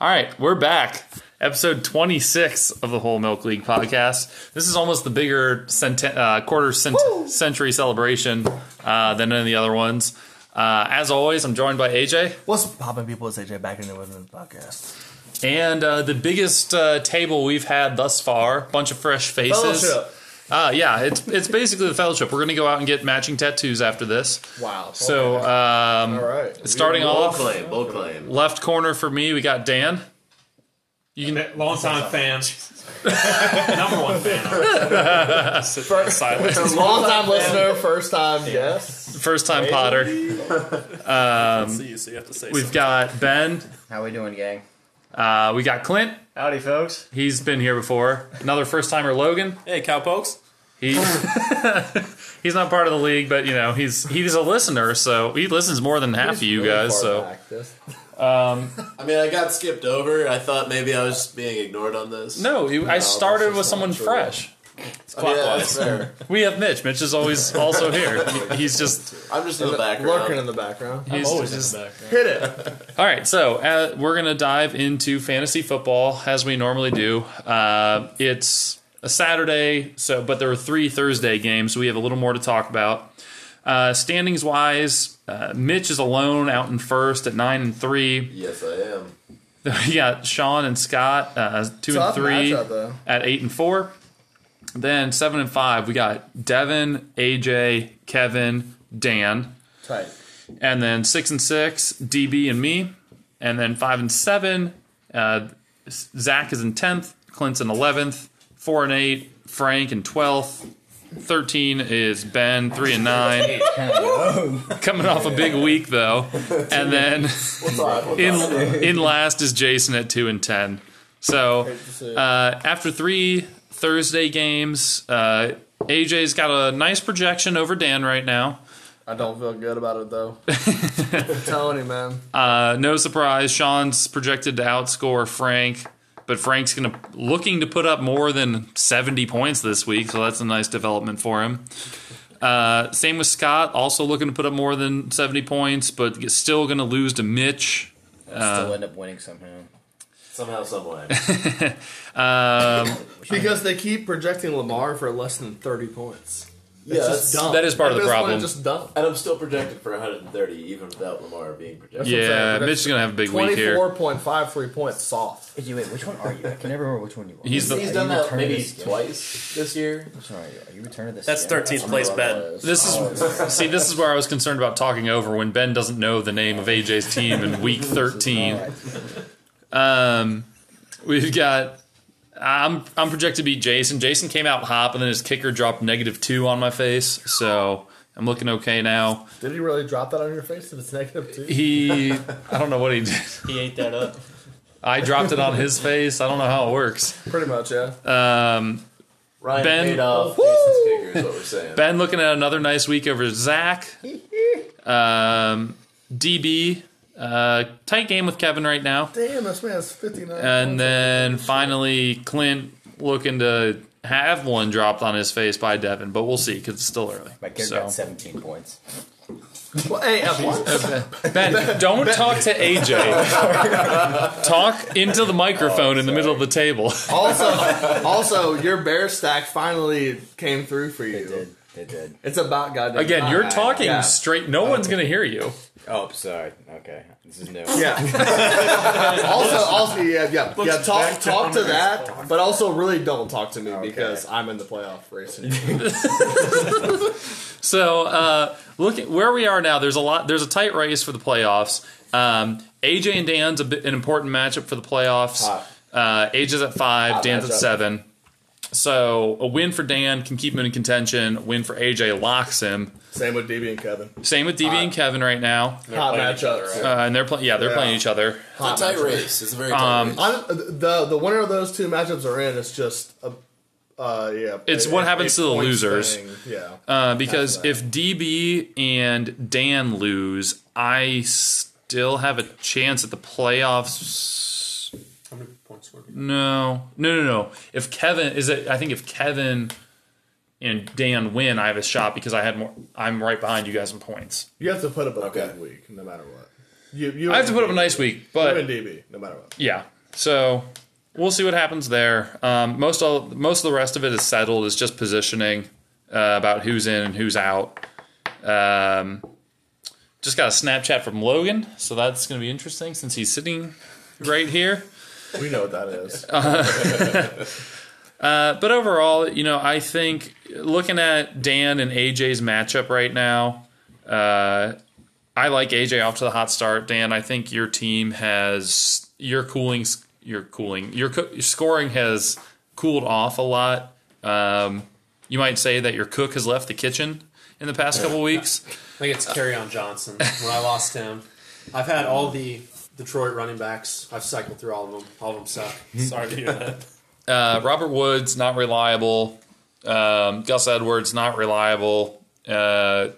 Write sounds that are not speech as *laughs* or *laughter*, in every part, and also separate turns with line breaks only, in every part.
All right, we're back. Episode 26 of the Whole Milk League podcast. This is almost the bigger centen- uh, quarter cent- century celebration uh, than any of the other ones. Uh, as always, I'm joined by AJ
What's popping people? It's AJ back in the Women's Podcast.
and uh, the biggest uh, table we've had thus far. Bunch of fresh faces.
Fellowship.
Uh, yeah, it's it's basically the fellowship. We're gonna go out and get matching tattoos after this.
Wow.
So um,
all right.
starting off,
claim, bold claim.
left corner for me, we got Dan. You can
Long time fan. *laughs* Number one fan. Sit there silent.
Long time listener, first time guest.
first time Potter.
See you, so you have to say
We've got Ben.
How we doing, gang?
Uh, we got Clint.
Howdy, folks.
He's been here before. Another first timer, Logan.
Hey, cowpokes.
He *laughs* he's not part of the league, but you know he's he's a listener, so he listens more than half of you guys. So
I mean, I got skipped over. I thought maybe I was being ignored on this.
no, you, I started
this
with
is
someone
not true.
fresh.
Oh, yeah, that's fair.
We have Mitch. Mitch is always also
*laughs*
here. He's just
I'm just in the
Lurking in
background.
the background.
he's just-
Hit it.
*laughs* All right, so uh, we're going to dive into fantasy football as we normally do. Uh, it's a Saturday, so but there are three Thursday games, so we have a little more to talk about. Uh, standings wise, uh, Mitch is alone out in first at nine and three. *laughs*
Yes, I am.
you got Sean and Scott uh, two
Tough
and three
matchup, though.
at eight and four. Then seven and five, we got Devin, AJ, Kevin, Dan.
Tight.
And then six and six, DB and me. And then five and seven, uh, Zach is in tenth, Clint's in eleventh, four and eight, Frank in twelfth. 13 is Ben, 3 and 9. Coming off a big week, though. And then *laughs* in, in last is Jason at 2 and 10. So uh, after three Thursday games, uh, AJ's got a nice projection over Dan right now.
I don't feel good about
*laughs*
it though. I'm telling you, man.
Uh, no surprise, Sean's projected to outscore Frank, but Frank's gonna looking to put up more than seventy points this week, so that's a nice development for him. Uh, same with Scott, also looking to put up more than seventy points, but still gonna lose to Mitch.
Still end up winning somehow.
*laughs*
Somehow, someway.
Um,
Because they keep projecting Lamar for less than 30 points.
yeah, that's
Just dumb.
that is part of
At
the
this point,
problem.
it's Just dumb.
And I'm still projected for 130, even without Lamar being projected.
what I'm
Yeah,
saying, but
Mitch is gonna have a big week here.
24.53 points soft.
Wait, wait, which one are you? I can never remember which one you are.
He's
He's
the,
done that
Return
maybe
this game.
twice this year.
Which one are you? Are you Return of the
That's
Skin?
13th place Ben.
this is see this is where I was concerned about talking over when Ben doesn't know the name of AJ's team in week thirteen. Um, we've got. I'm I'm projected to beat Jason. Jason came out hop, and then his kicker dropped negative two on my face. So I'm looking okay now.
Did he really drop that on your face if it's negative two?
He, I don't know what he did.
He ate that up.
I dropped it on his face. I don't know how it works.
*laughs* Pretty much, yeah.
Um,
Ryan
Ben-
paid off Jason's kicker is what we're saying.
ben looking at another nice week over Zach. Um, DB, uh, tight game with Kevin right now.
Damn, this man's 59.
And then finally, Clint looking to have one dropped on his face by Devin, but we'll see because it's still early.
My character
So.
got 17 points.
well, hey, uh, *laughs* at one
Ben, don't talk to AJ. talk into the microphone in the middle of the table.
Oh, Also, also, your bear stack finally came through for
They
you.
did. They did.
It's about goddamn.
Again, you're
Ah,
talking
yeah.
straight. No one's going to hear you.
Oh, sorry. Okay. This is new.
yeah. also, also, yeah, yeah, yeah. Talk, talk to that, but also really don't talk to me because I'm in the playoff race. and-
*laughs* So, uh, look at where we are now. There's a lot. There's a tight race for the playoffs. Um, AJ and Dan's a bit, an important matchup for the playoffs.
Hot.
Uh, AJ's at five.
Hot
Dan's at
matchup.
seven. So a win for Dan can keep him in contention. A win for AJ locks him.
Same with DB and Kevin.
Same with DB and Kevin right now,
Hot
playing each other,
matchups.
uh, and they're playing. Yeah, they're
Yeah.
playing each other.
It's a Um, tight race. It's a very tight
I'm,
race.
uh, the the winner of those two matchups are in. It's just a. Uh, yeah,
It's what happens to the
points
losers.
thing, Yeah,
Uh, because if DB and Dan lose, I still have a chance at the playoffs.
How many points were you?
No, no, no, no. If Kevin is it, I think if Kevin and Dan win, I have a shot because I had more. I'm right behind you guys in points.
you have to put up a
Okay.
good week, no matter what. You, you
I have to put up a nice week,
You
but
and DB, no matter what.
yeah. So we'll see what happens there. Um, most all most of the rest of it is settled. It's just positioning uh, about who's in and who's out. Um, just got a Snapchat from Logan, so that's going to be interesting since he's sitting right here.
We know what
*laughs*
that is.
Uh, But overall, you know, I think looking at Dan and AJ's matchup right now, uh, I like AJ off to the hot start. Dan, I think your team has your cooling, your cooling, your, co- your scoring has cooled off a lot. Um, you might say that your cook has left the kitchen in the past couple weeks.
I think it's Carry On Johnson. when I lost him, I've had all the
Detroit running backs. I've cycled through all of them. All of them suck.
*laughs* sorry to hear that.
Uh, Robert Woods not reliable. Um, Gus Edwards not reliable. Uh,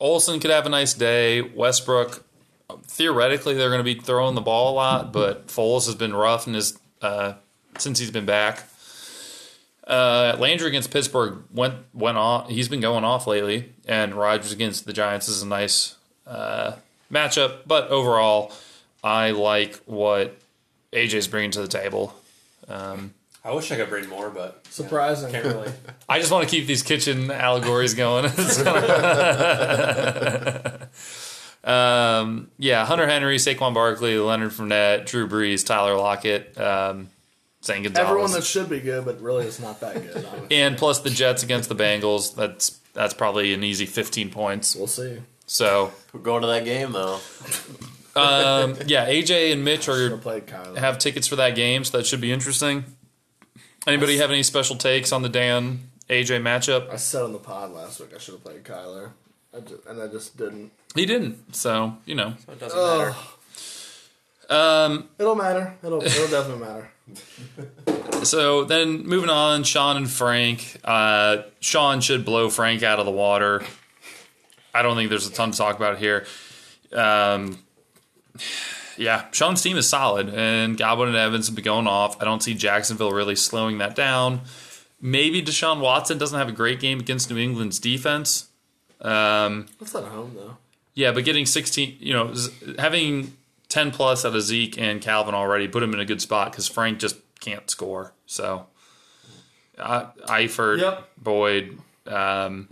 Olson could have a nice day. Westbrook theoretically they're going to be throwing the ball a lot, but Foles has been rough and is uh, since he's been back. Uh, Landry against Pittsburgh went went off. He's been going off lately, and Rodgers against the Giants is a nice uh, matchup. But overall, I like what AJ's bringing to the table.
I wish I could bring more, but
Surprising.
can't *laughs* really.
I just want to keep these kitchen allegories going. *laughs* um, yeah, Hunter Henry, Saquon Barkley, Leonard Fournette, Drew Brees, Tyler Lockett, um, Zane Gonzalez,
Everyone that should be good, but really it's not that good.
and plus the Jets against the Bengals. That's that's probably an easy fifteen points.
we'll see.
So
We're going to that game though.
um, yeah, AJ and Mitch
We'll
are
play Kyler.
have tickets for that game, so that should be interesting. Anybody have any special takes on the Dan AJ matchup?
I said on the pod last week I should have played Kyler, I ju- and I just didn't.
He didn't, so you know.
It doesn't matter.
Ugh.
Um,
It'll matter. It'll it'll definitely matter.
So then moving on, Sean and Frank. Uh, Sean should blow Frank out of the water. I don't think there's a ton to talk about here. Um, yeah, Sean's team is solid, and Goblin and Evans have been going off. I don't see Jacksonville really slowing that down. Maybe Deshaun Watson doesn't have a great game against New England's defense. Um,
That's not home though.
yeah, but getting 16, you know, z- having 10 plus out of Zeke and Calvin already put him in a good spot because Frank just can't score. So, uh, Eifert,
Yep.
Boyd, um,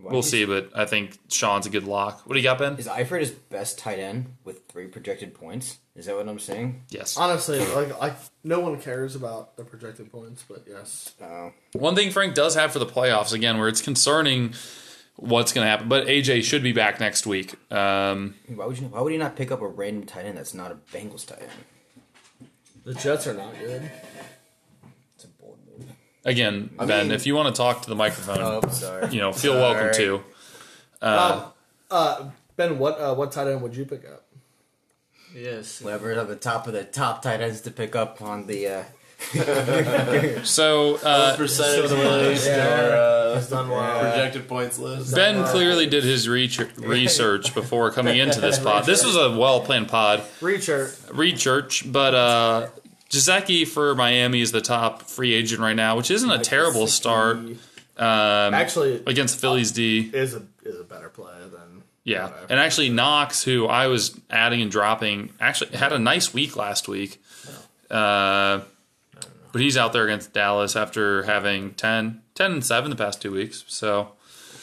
we'll see, but I think Sean's a good lock. What do you got, Ben?
Is Eifert his best tight end with three projected points? Is that what I'm saying?
Yes.
Honestly, like like no one cares about the projected points, but yes,
One thing Frank does have for the playoffs, again, where it's concerning what's going to happen, but AJ should be back next week. Um,
Why would you? Why would he not pick up a random tight end that's not a Bengals tight end?
the Jets are not good.
It's a bold move.
again, Ben,
mean-
if you want to talk to the microphone,
Oh,
*laughs*
sorry.
you know, feel welcome
Sorry.
to.
Uh, ben, what uh, what tight end would you pick up?
Yes. Whoever of the top of the top tight ends to pick up on the. Uh,
So, uh,
Percentage list or uh, *laughs* projected points
Oh,
list.
Ben clearly did his reach-
*laughs*
research before coming into this pod. This was a well planned pod,
Reacher.
Um, research, but uh, Jazeki for Miami is the top free agent right now, which isn't a terrible start um,
Actually,
against Phillies D.
is a is a better play than
Yeah,
Whatever.
and actually Knox, who I was adding and dropping, actually had a nice week last week. Uh, but he's out there against Dallas after having 10, 10 and seven the past two weeks. So,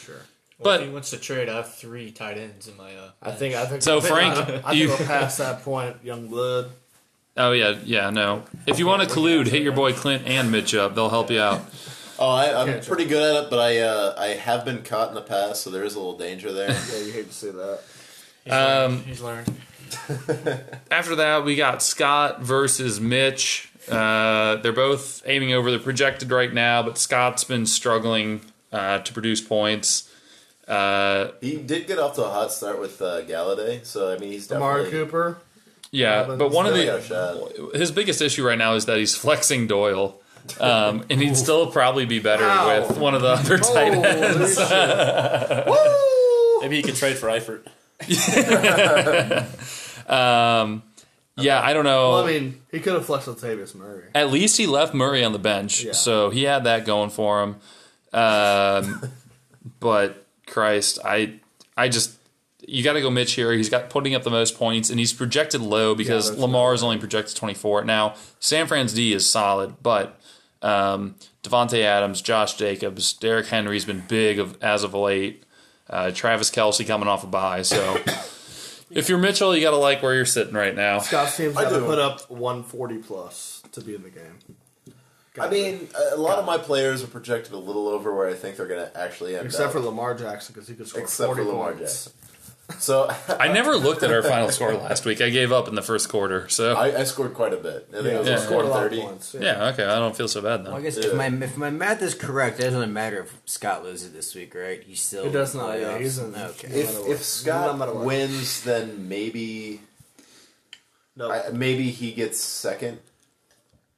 sure.
but
if he wants to trade, I have three tight ends in my. Uh,
I think I think
So,
I think-
Frank,
I, I
you-
think we're past that point, young blood.
Oh yeah, yeah, no. If you want to collude, hit your boy Clint and Mitch up. They'll help you out.
Oh, I, I'm
Yeah, sure.
pretty good at it, but I uh, I have been caught in the past, so there is a little danger *laughs* there.
Yeah, you hate to see that.
he's,
Um,
learned, he's learned.
After that, we got Scott versus Mitch. Uh, they're both aiming over the projected right now, but Scott's been struggling uh, to produce points. Uh,
he did get off to a hot start with uh, Galladay, so I mean he's
Amari
definitely *laughs*
Cooper.
yeah, but one of
Really got a
the
shot.
his biggest issue right now is that he's flexing Doyle, um, and he'd still probably be better with one of the other tight
Oh.
ends.
Maybe you could trade for Eifert.
Yeah, I don't know.
Well, I mean, he could have flexed Latavius Murray.
At least he left Murray on the bench,
Yeah.
so he had that going for
*laughs*
him. Um, but Christ, I I just you got to go Mitch here. He's got putting up the most points, and he's projected low because Lamar is only projected 24. Now, San Fran's D is solid, but um, Devontae Adams, Josh Jacobs, Derrick Henry's been big of, as of late. Uh, Travis Kelsey coming off a bye.
*coughs*
So if you're Mitchell, you got to like where you're sitting right now.
Scott Seems
I
got to
do.
put up 140 plus to be in the game.
I mean, a lot of my players are projected a little over where I think they're going to actually end
Except
up.
for Lamar Jackson because he could score
except
40
for Lamar
points.
Jackson. So *laughs*
I never looked
*laughs*
at our final score last week. I gave up in the first quarter. So
I, I scored quite a bit. I think I was
Yeah.
like
Scored a lot of
30.
points. Yeah.
yeah, okay. I don't feel so bad then.
Well, I guess if
Yeah.
my if my math is correct, it doesn't matter if Scott loses this week, right? He's still
It does not, yeah,
playoffs.
he's in-
okay.
matter
If,
what.
if Scott
No matter what.
wins, then maybe
No,
I, maybe he gets second.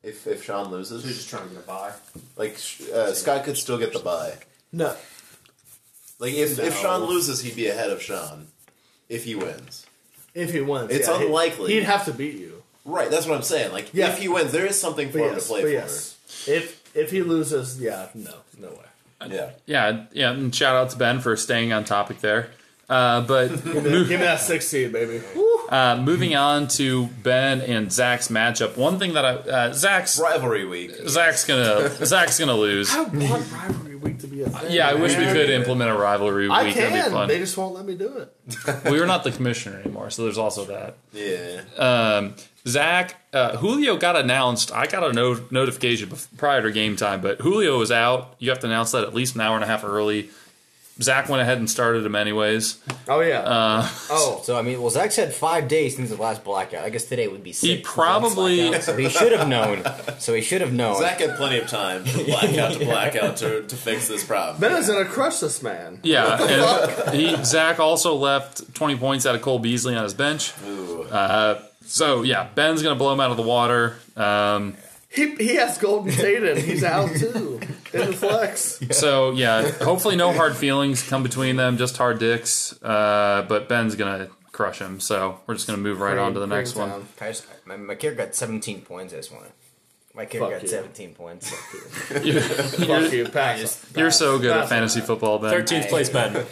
If if Sean loses,
trying to get a buy.
like uh, Scott could still get the bye.
no.
Like if, if
No.
Sean loses, he'd be ahead of Sean. If he wins,
If he wins,
It's
yeah, he-
unlikely.
He'd have to beat you.
right? That's what I'm saying. Like
Yeah.
if he wins, there is something for
But
him to
yes,
play
but
for.
yes. If if he loses, yeah, no, no way.
Yeah,
Yeah, yeah. And shout out to Ben for staying on topic there. Uh,
*laughs*
but
Give me, give me that 16, baby. Woo.
uh, moving on to Ben and Zach's matchup. One thing that I uh, Zach's
rivalry week.
Zach's gonna Zach's gonna lose.
I don't want rivalry week to be a thing.
Yeah, I wish we
man.
could implement a rivalry week.
I
That'd be
can.
fun.
They just won't let me do it.
we are not the commissioner anymore, so there's also that.
Yeah,
Um, Zach, uh, Julio got announced. I got a no- notification bef- prior to game time, but Julio was out. You have to announce that at least an hour and a half early. Zach went ahead and started him anyways.
Oh yeah.
Uh,
oh,
So I mean, well, Zach's had five days since the last blackout. I guess today would be six. since the last
probably-
blackout, so he should have known. So he should have known.
Zach had plenty of time *laughs* from blackout to blackout to, to fix this problem.
Ben is gonna crush this man.
Yeah, *laughs* and he, Zach also left 20 points out of Cole Beasley on his bench. Uh,
Ooh.
So yeah, Ben's gonna blow him out of the water. Um,
He, he has
*laughs*
Golden State and he's out too in the flex.
so yeah, hopefully no hard feelings come between them, just hard dicks. Uh, but Ben's gonna crush him. So we're just gonna move right on to the next one. *laughs*
Can I just- my, my kid got 17 points. I just want to. My kid got
you.
17 points.
Fuck you, pass.
You're so good at fantasy football, Ben.
13th place, Ben.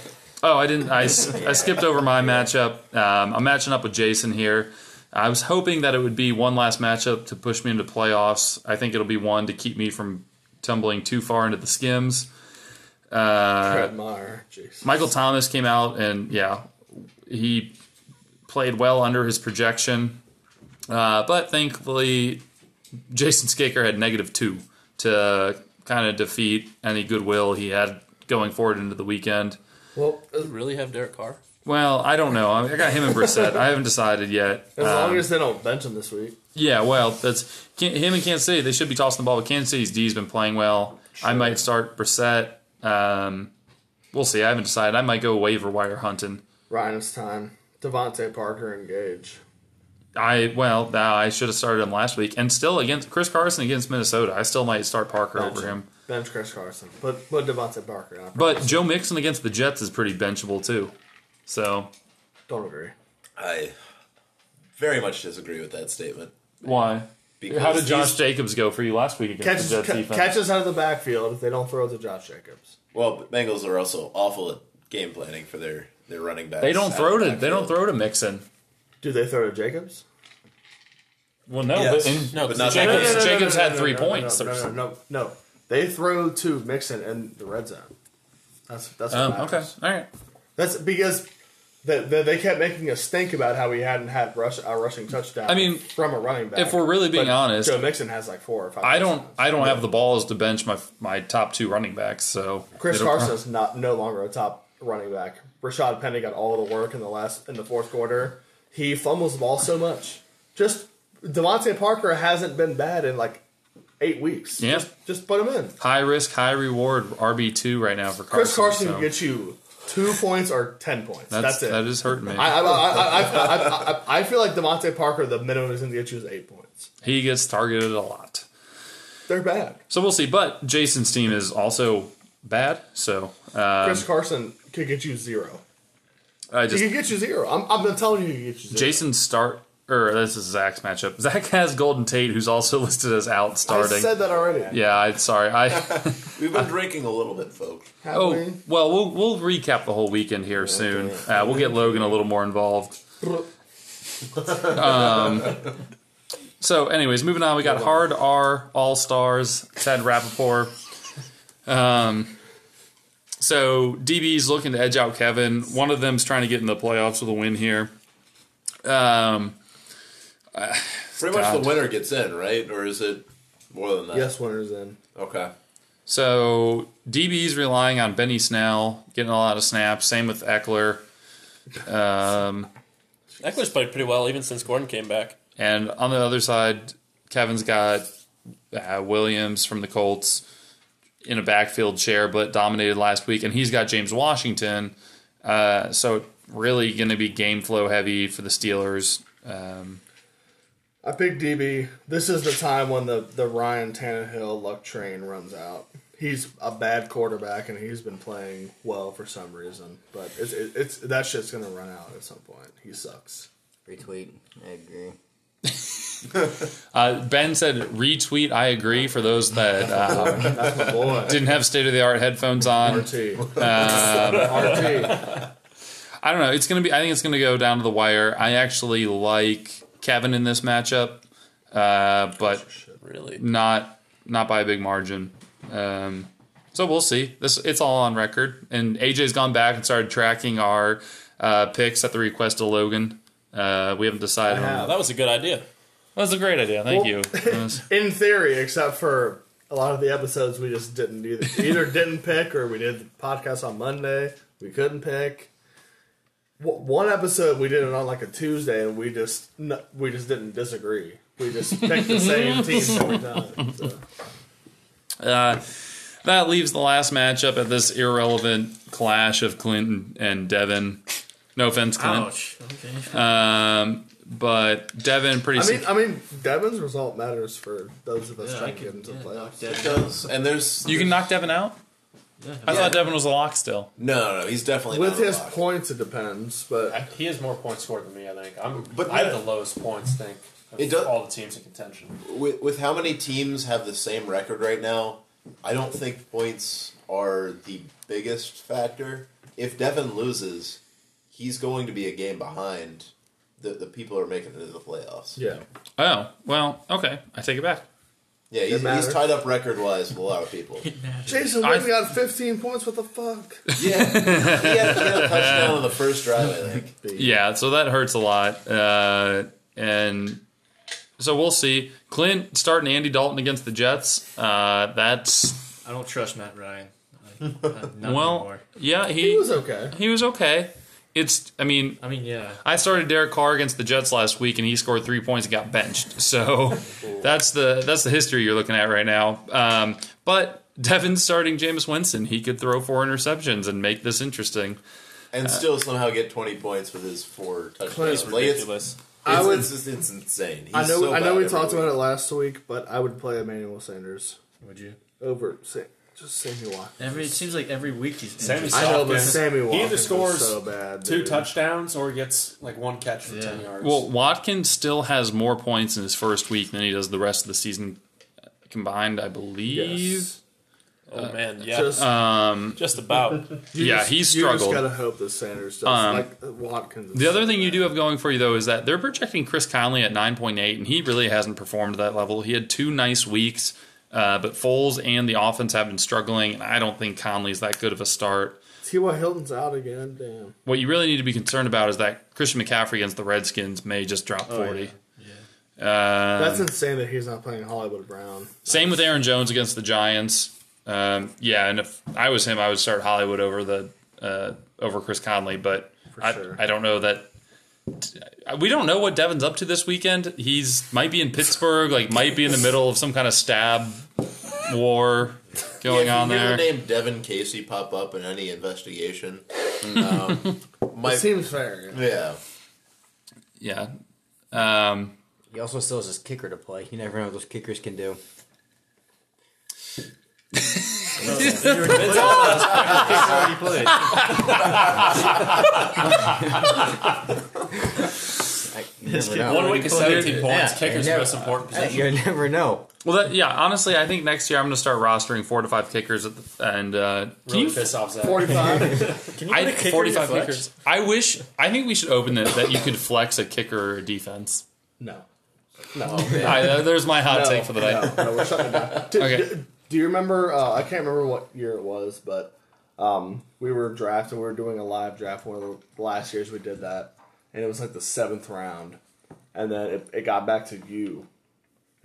Oh, I didn't. I, s- I skipped over my matchup. Um, I'm matching up with Jason here. I was hoping that it would be one last matchup to push me into playoffs. I think it'll be one to keep me from tumbling too far into the skims. Uh,
Brett Maher. Jeez.
Michael Thomas came out and yeah, he played well under his projection, uh, but thankfully Jason Skaker had negative two to kind of defeat any goodwill he had going forward into the weekend.
Well, as,
Really have Derek Carr?
Well, I don't know. I I got him and Brissett. I haven't decided yet.
as
Um,
long as they don't bench him this week.
yeah, well, that's Can- him and Kansas City. They should be tossing the ball, but Kansas City's D's been playing well. I might start Brissett. Um, we'll see. I haven't decided. I might go waiver wire hunting.
Ryan's time. Devontae Parker and Gage.
I well, no, I should have started him last week, and still against Chris Carson against Minnesota, I still might start Parker over him.
Bench Chris Carson. Put put Devontae Parker. on.
But Joe Mixon against the Jets is pretty benchable too. So
don't agree.
I very much disagree with that statement.
why?
Because
How did Josh
he's-
Jacobs go for you last week against
Catches
the Jets
ca-
defense?
catches out of the backfield. If they don't throw it to Josh Jacobs.
Well, but Bengals are also awful at game planning for their, their running backs.
they don't
out
throw
of the
to they don't
backfield.
throw to Mixon.
Do they throw to Jacobs?
Well, no,
Yes.
but in,
But
No, because
not
Jacobs,
No, no, no,
Jacobs had
no,
three
no, no,
points.
No, no, no, no, no. They throw to Mixon in the red zone. That's that's what
Um,
matters.
okay, all right.
That's because they, they, they kept making us think about how we hadn't had rush, a rushing touchdown.
I mean,
from a running back.
if we're really being
But
honest,
Joe Mixon has like four or five.
I don't
touchdowns.
I don't have the balls to bench my my top two running backs. So
Chris
it'll-
Carson's not no longer a top running back. Rashad Penny got all the work in the last in the fourth quarter. He fumbles the ball so much. Just Devontae Parker hasn't been bad in like eight weeks.
Yeah.
Just, just put him in.
high risk, high reward RB two right now for Carson.
Chris Carson
so
can get you two points or ten points.
that's
That's, it.
that is hurting me.
I, I, I, I, I, I, I feel like Devontae Parker, the minimum is going to get you is eight points.
he gets targeted a lot.
They're bad.
So we'll see. But Jason's team is also bad. So uh,
Chris Carson could get you zero.
I
He
just
*laughs* could get you zero. I'm, I'm telling you, he could get you zero.
Jason's start or this is Zach's matchup. Zach has Golden Tate, who's also *laughs* listed as out
I
starting.
said that already.
yeah, I, sorry. I
We've been drinking a little bit, folks.
Have
oh
we?
well, we'll we'll recap the whole weekend here soon. Uh, we'll get Logan a little more involved. Um, So, anyways, moving on. We got Hard R All Stars Ted Rappaport. Um, so DB's looking to edge out Kevin. One of them's trying to get in the playoffs with a win here. Um,
Pretty much the winner gets in, right? Or is it more than that?
Yes, winners in.
Okay.
so DB's relying on Benny Snell getting a lot of snaps. Same with Eckler. Um,
Eckler's played pretty well even since Gordon came back.
And on the other side, Kevin's got uh, Williams from the Colts in a backfield chair, but dominated last week. And he's got James Washington. Uh, so really going to be game flow heavy for the Steelers. Um,
I picked DB. This is the time when the, the Ryan Tannehill luck train runs out. He's a bad quarterback, and he's been playing well for some reason. But it's, it, it's that shit's gonna run out at some point. He sucks.
Retweet. I agree.
uh, ben said, retweet, I agree, for those that uh, *laughs*
That's my
*laughs*
boy.
didn't have state of the art headphones on.
RT.
Um,
*laughs* RT.
I don't know. It's gonna be. I think it's gonna go down to the wire. I actually like Kevin in this matchup, uh, but
Really?
not not by a big margin. Um, so we'll see. This it's all on record, and AJ's gone back and started tracking our uh, picks at the request of Logan. Uh, we haven't decided.
I
on
have.
That was a good idea.
That was a great idea. Thank
Well-
you.
In theory, except for a lot of the episodes, we just didn't either. Either didn't pick, or we did the podcast on Monday. We couldn't pick. W- One episode we did it on like a Tuesday, and we just n- we just didn't disagree. We just picked the
*laughs*
same teams every time. So.
Uh, that leaves the last matchup at this irrelevant clash of Clinton and Devin. No offense, Clint,
Ouch. Okay.
um, but Devin pretty.
I mean,
sec-
I mean, Devin's result matters for those of us
Yeah, I
trying to get
could,
into
yeah,
the
knock
playoffs.
It
that down.
does. And there's
you can knock Devin out.
Yeah.
I thought Devin was a lock still.
no, no, no. He's definitely
With
not
his
locked.
points, it depends,
I-
but
He has more points scored than me, I think. I'm,
But
I have
no.
the lowest points, I think, of
It does-
all the teams in contention.
with, with how many teams have the same record right now, I don't think points are the biggest factor. If Devin loses, he's going to be a game behind the, the people who are making it into the playoffs.
yeah,
Oh well, okay. I take it back.
Yeah, he's,
matter.
he's tied up record wise with a lot of people.
*laughs*
Jason
I-
Witten got 15 points. What the fuck?
Yeah, he had, he had a touchdown on the first drive, I think.
Yeah, so that hurts a lot. Uh, and so we'll see. Clint starting Andy Dalton against the Jets. Uh, that's
I don't trust Matt
*laughs*
Ryan. I, I- not
well,
anymore.
yeah, he
He was okay.
okay. It's I mean,
I mean, yeah.
I started Derek Carr against the Jets last week and he scored 3 points and got benched. *laughs* So that's the that's the history you're looking at right now. Um, but Devin's starting Jameis Winston. He could throw four interceptions and make this interesting.
And
Uh,
still somehow get 20 points with his four touchdowns.
Clint's
Like, it's, it's,
Ridiculous.
I would-
it's, just- it's insane. He's
I know.
so
I know.
bad
We
every
talked
week.
about it last week, but I would play Emmanuel Sanders
Would you?
over Sa- just Sammy Watkins.
Every it seems like every week he's
Sammy
injured.
I know, but
Watkins.
Sammy Watkins
He either scores
was so bad.
Two
dude.
touchdowns or gets like one catch for
Yeah.
10 yards.
Well, Watkins still has more points in his first week than he does the rest of the season combined, I believe.
Yes.
Uh,
oh, man. Yeah.
Just,
Just,
Um,
*laughs*
about.
you
yeah,
just-
he
You just
struggled.
gotta hope that Sanders does.
Um,
like uh, Watkins. is
the other
so
thing you
bad.
do have going for you though is that they're projecting Chris Conley at 9.8, and he really hasn't performed at that level. He had two nice weeks, uh, but Foles and the offense have been struggling, and I don't think Conley's that good of a start.
T.Y. Hilton's out again. Damn.
What you really need to be concerned about is that Christian McCaffrey against the Redskins may just drop 40. Uh,
That's insane that he's not playing Hollywood Brown.
Same with Aaron Jones against the Giants. Um, yeah, and if I was him, I would start Hollywood over the uh, over Chris Conley. But I,
sure.
I don't know that we don't know what Devin's up to this weekend. He's might be in Pittsburgh, like might be in the middle of some kind of stab war going
Yeah, if
on
you hear
there.
The name Devin Casey pop up in any investigation. um,
*laughs*
my,
It seems fair.
yeah,
Yeah. Um,
He also still has his kicker to play. You never know what those kickers
*laughs*
can do.
already played.
I I you never
kid
know.
One week is
Well, dude,
17 points.
yeah,
Kicker's
yeah.
the most important
Hey,
position.
You never know.
Well, that, yeah. Honestly, I think next year I'm going to start rostering four to five kickers, at the, and uh, can
Really
you
piss off Zach. *laughs*
Forty-five.
Can you
I,
put a kicker in
45
flex?
kickers. I wish. I think we should open it that you could flex a kicker or a defense.
no. No.
I, uh, there's my hot take for the day.
No, no, we're shutting it down.
*laughs*
Do,
Okay.
do, do you remember? Uh, I can't remember what year it was, but um, we were drafted. We were doing a live draft. One of the last years we did that, and it was like the seventh round, and then it, it got back to you,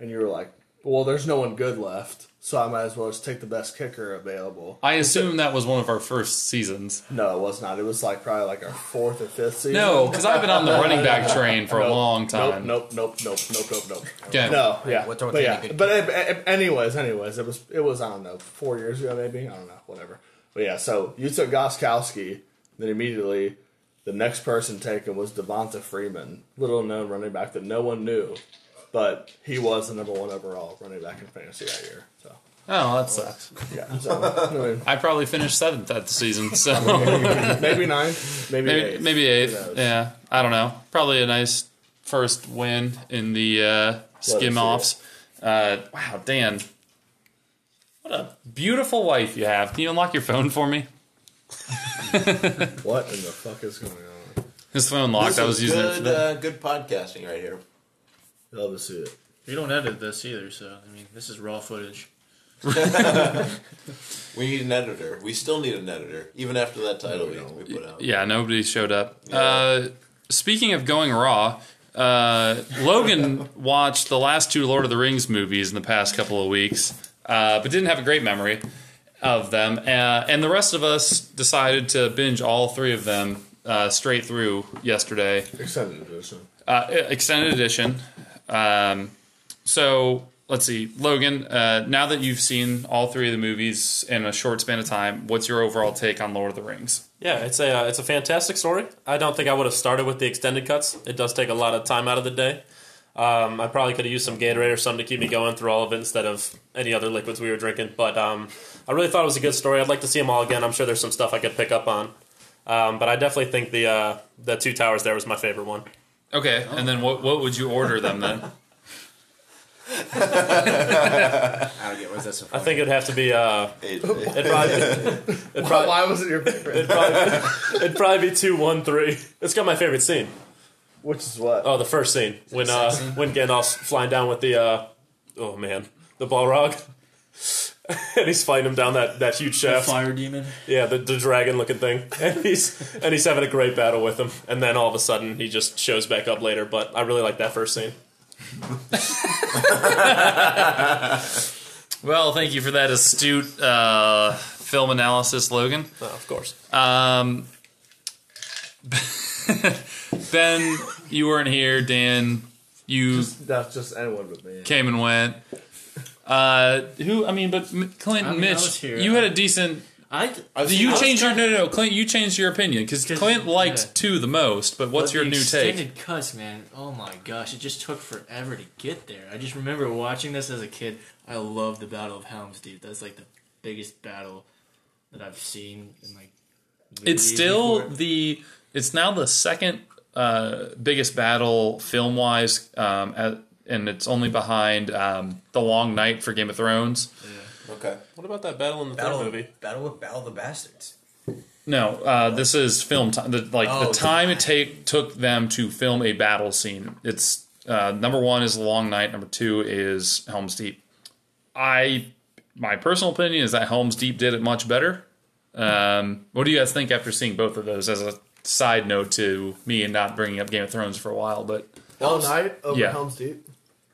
and you were like, "Well, there's no one good left, so I might as well just take the best kicker available."
I assume that was one of our first seasons.
No, it was not. It was like probably like our fourth or fifth season.
No, because I've been on the running back train for a
Nope,
long time.
Nope, nope, nope, nope, nope, nope, nope.
Okay.
No, yeah,
What's our
but yeah.
technique?
But uh, uh, anyways, anyways, it was it was I don't know four years ago maybe I don't know whatever. But yeah, so you took Goskowski, then immediately the next person taken was Devonta Freeman, little known running back that no one knew, but he was the number one overall running back in fantasy that year. So
Oh, that sucks.
yeah, so, I mean,
I probably finished seventh that
*laughs*
season, so
maybe nine, maybe
maybe,
eight.
maybe
Who
eighth.
knows?
Yeah, I don't know. Probably a nice first win in the uh, skim
see
offs. Uh, wow, Dan, what a beautiful wife you have. Can you unlock your phone for me?
What in the fuck is going on?
His phone locked.
This
I
is
was using it for
good,
the.
uh, good podcasting right here.
Love to see it.
You don't edit this either, so I mean, this is raw footage.
We need an editor. We still need an editor, even after that title we, we put out.
Yeah, nobody showed up. Uh, speaking of going raw, uh, Logan watched the last two Lord of the Rings movies in the past couple of weeks, uh, but didn't have a great memory of them. Uh, and the rest of us decided to binge all three of them uh, straight through yesterday,
Extended edition.
uh, extended edition. Um, so let's see, Logan. Uh, now that you've seen all three of the movies in a short span of time, what's your overall take on Lord of the Rings?
Yeah, it's a uh, it's a fantastic story. I don't think I would have started with the extended cuts. It does take a lot of time out of the day. Um, I probably could have used some Gatorade or something to keep me going through all of it instead of any other liquids we were drinking. But um, I really thought it was a good story. I'd like to see them all again. I'm sure there's some stuff I could pick up on. Um, but I definitely think the uh, the two towers there was my favorite one.
Okay,
Oh.
and then what what would you order them then?
I don't get what's this
I think it'd have to be uh,
*laughs*
It-
it'd probably *laughs*
Why, why was it your favorite?
it'd probably be two one three. It's got my favorite scene.
Which is what?
Oh, the first scene when uh, when Gandalf's flying down with the uh, oh man, the Balrog, *laughs* and he's fighting him down that, that huge shaft.
*laughs* Fire demon.
Yeah, the, the dragon looking thing, *laughs* and he's and he's having a great battle with him, and then all of a sudden he just shows back up later. But I really like that first scene.
Well, thank you for that astute uh, film analysis, Logan.
Oh, of course,
Um, *laughs* ben, you weren't here. Dan, you
That's just anyone but me.
came and went. Uh, who? I mean, but M- Clint
I
and
mean, I
Mitch,
was here.
you had a decent.
I
I've seen-
You
I've-
changed your no, no, no, Clint. You changed your opinion because
'Cause-
Clint liked
yeah.
two the most. But what's
But
your
the
new take?
extended cuts, man. Oh my gosh, it just took forever to get there. I just remember watching this as a kid. I love the Battle of Helm's Deep. That's like the biggest battle that I've seen in like.
It's
movies
still
before.
the. It's now the second uh, biggest battle film wise, um, at, and it's only behind um, the Long Night for Game of Thrones.
okay.
what about that battle in the
Battle,
third movie?
Battle with Battle of the Bastards.
No, uh, this is film time. The, like
Oh,
the time it take took them to film a battle scene. It's uh, number one is The Long Night. Number two is Helm's Deep. I, my personal opinion is that Helm's Deep did it much better. Um, what do you guys think after seeing both of those? As a side note to me and not bringing up Game of Thrones for a while, but
Long night over
Yeah.
Helm's Deep.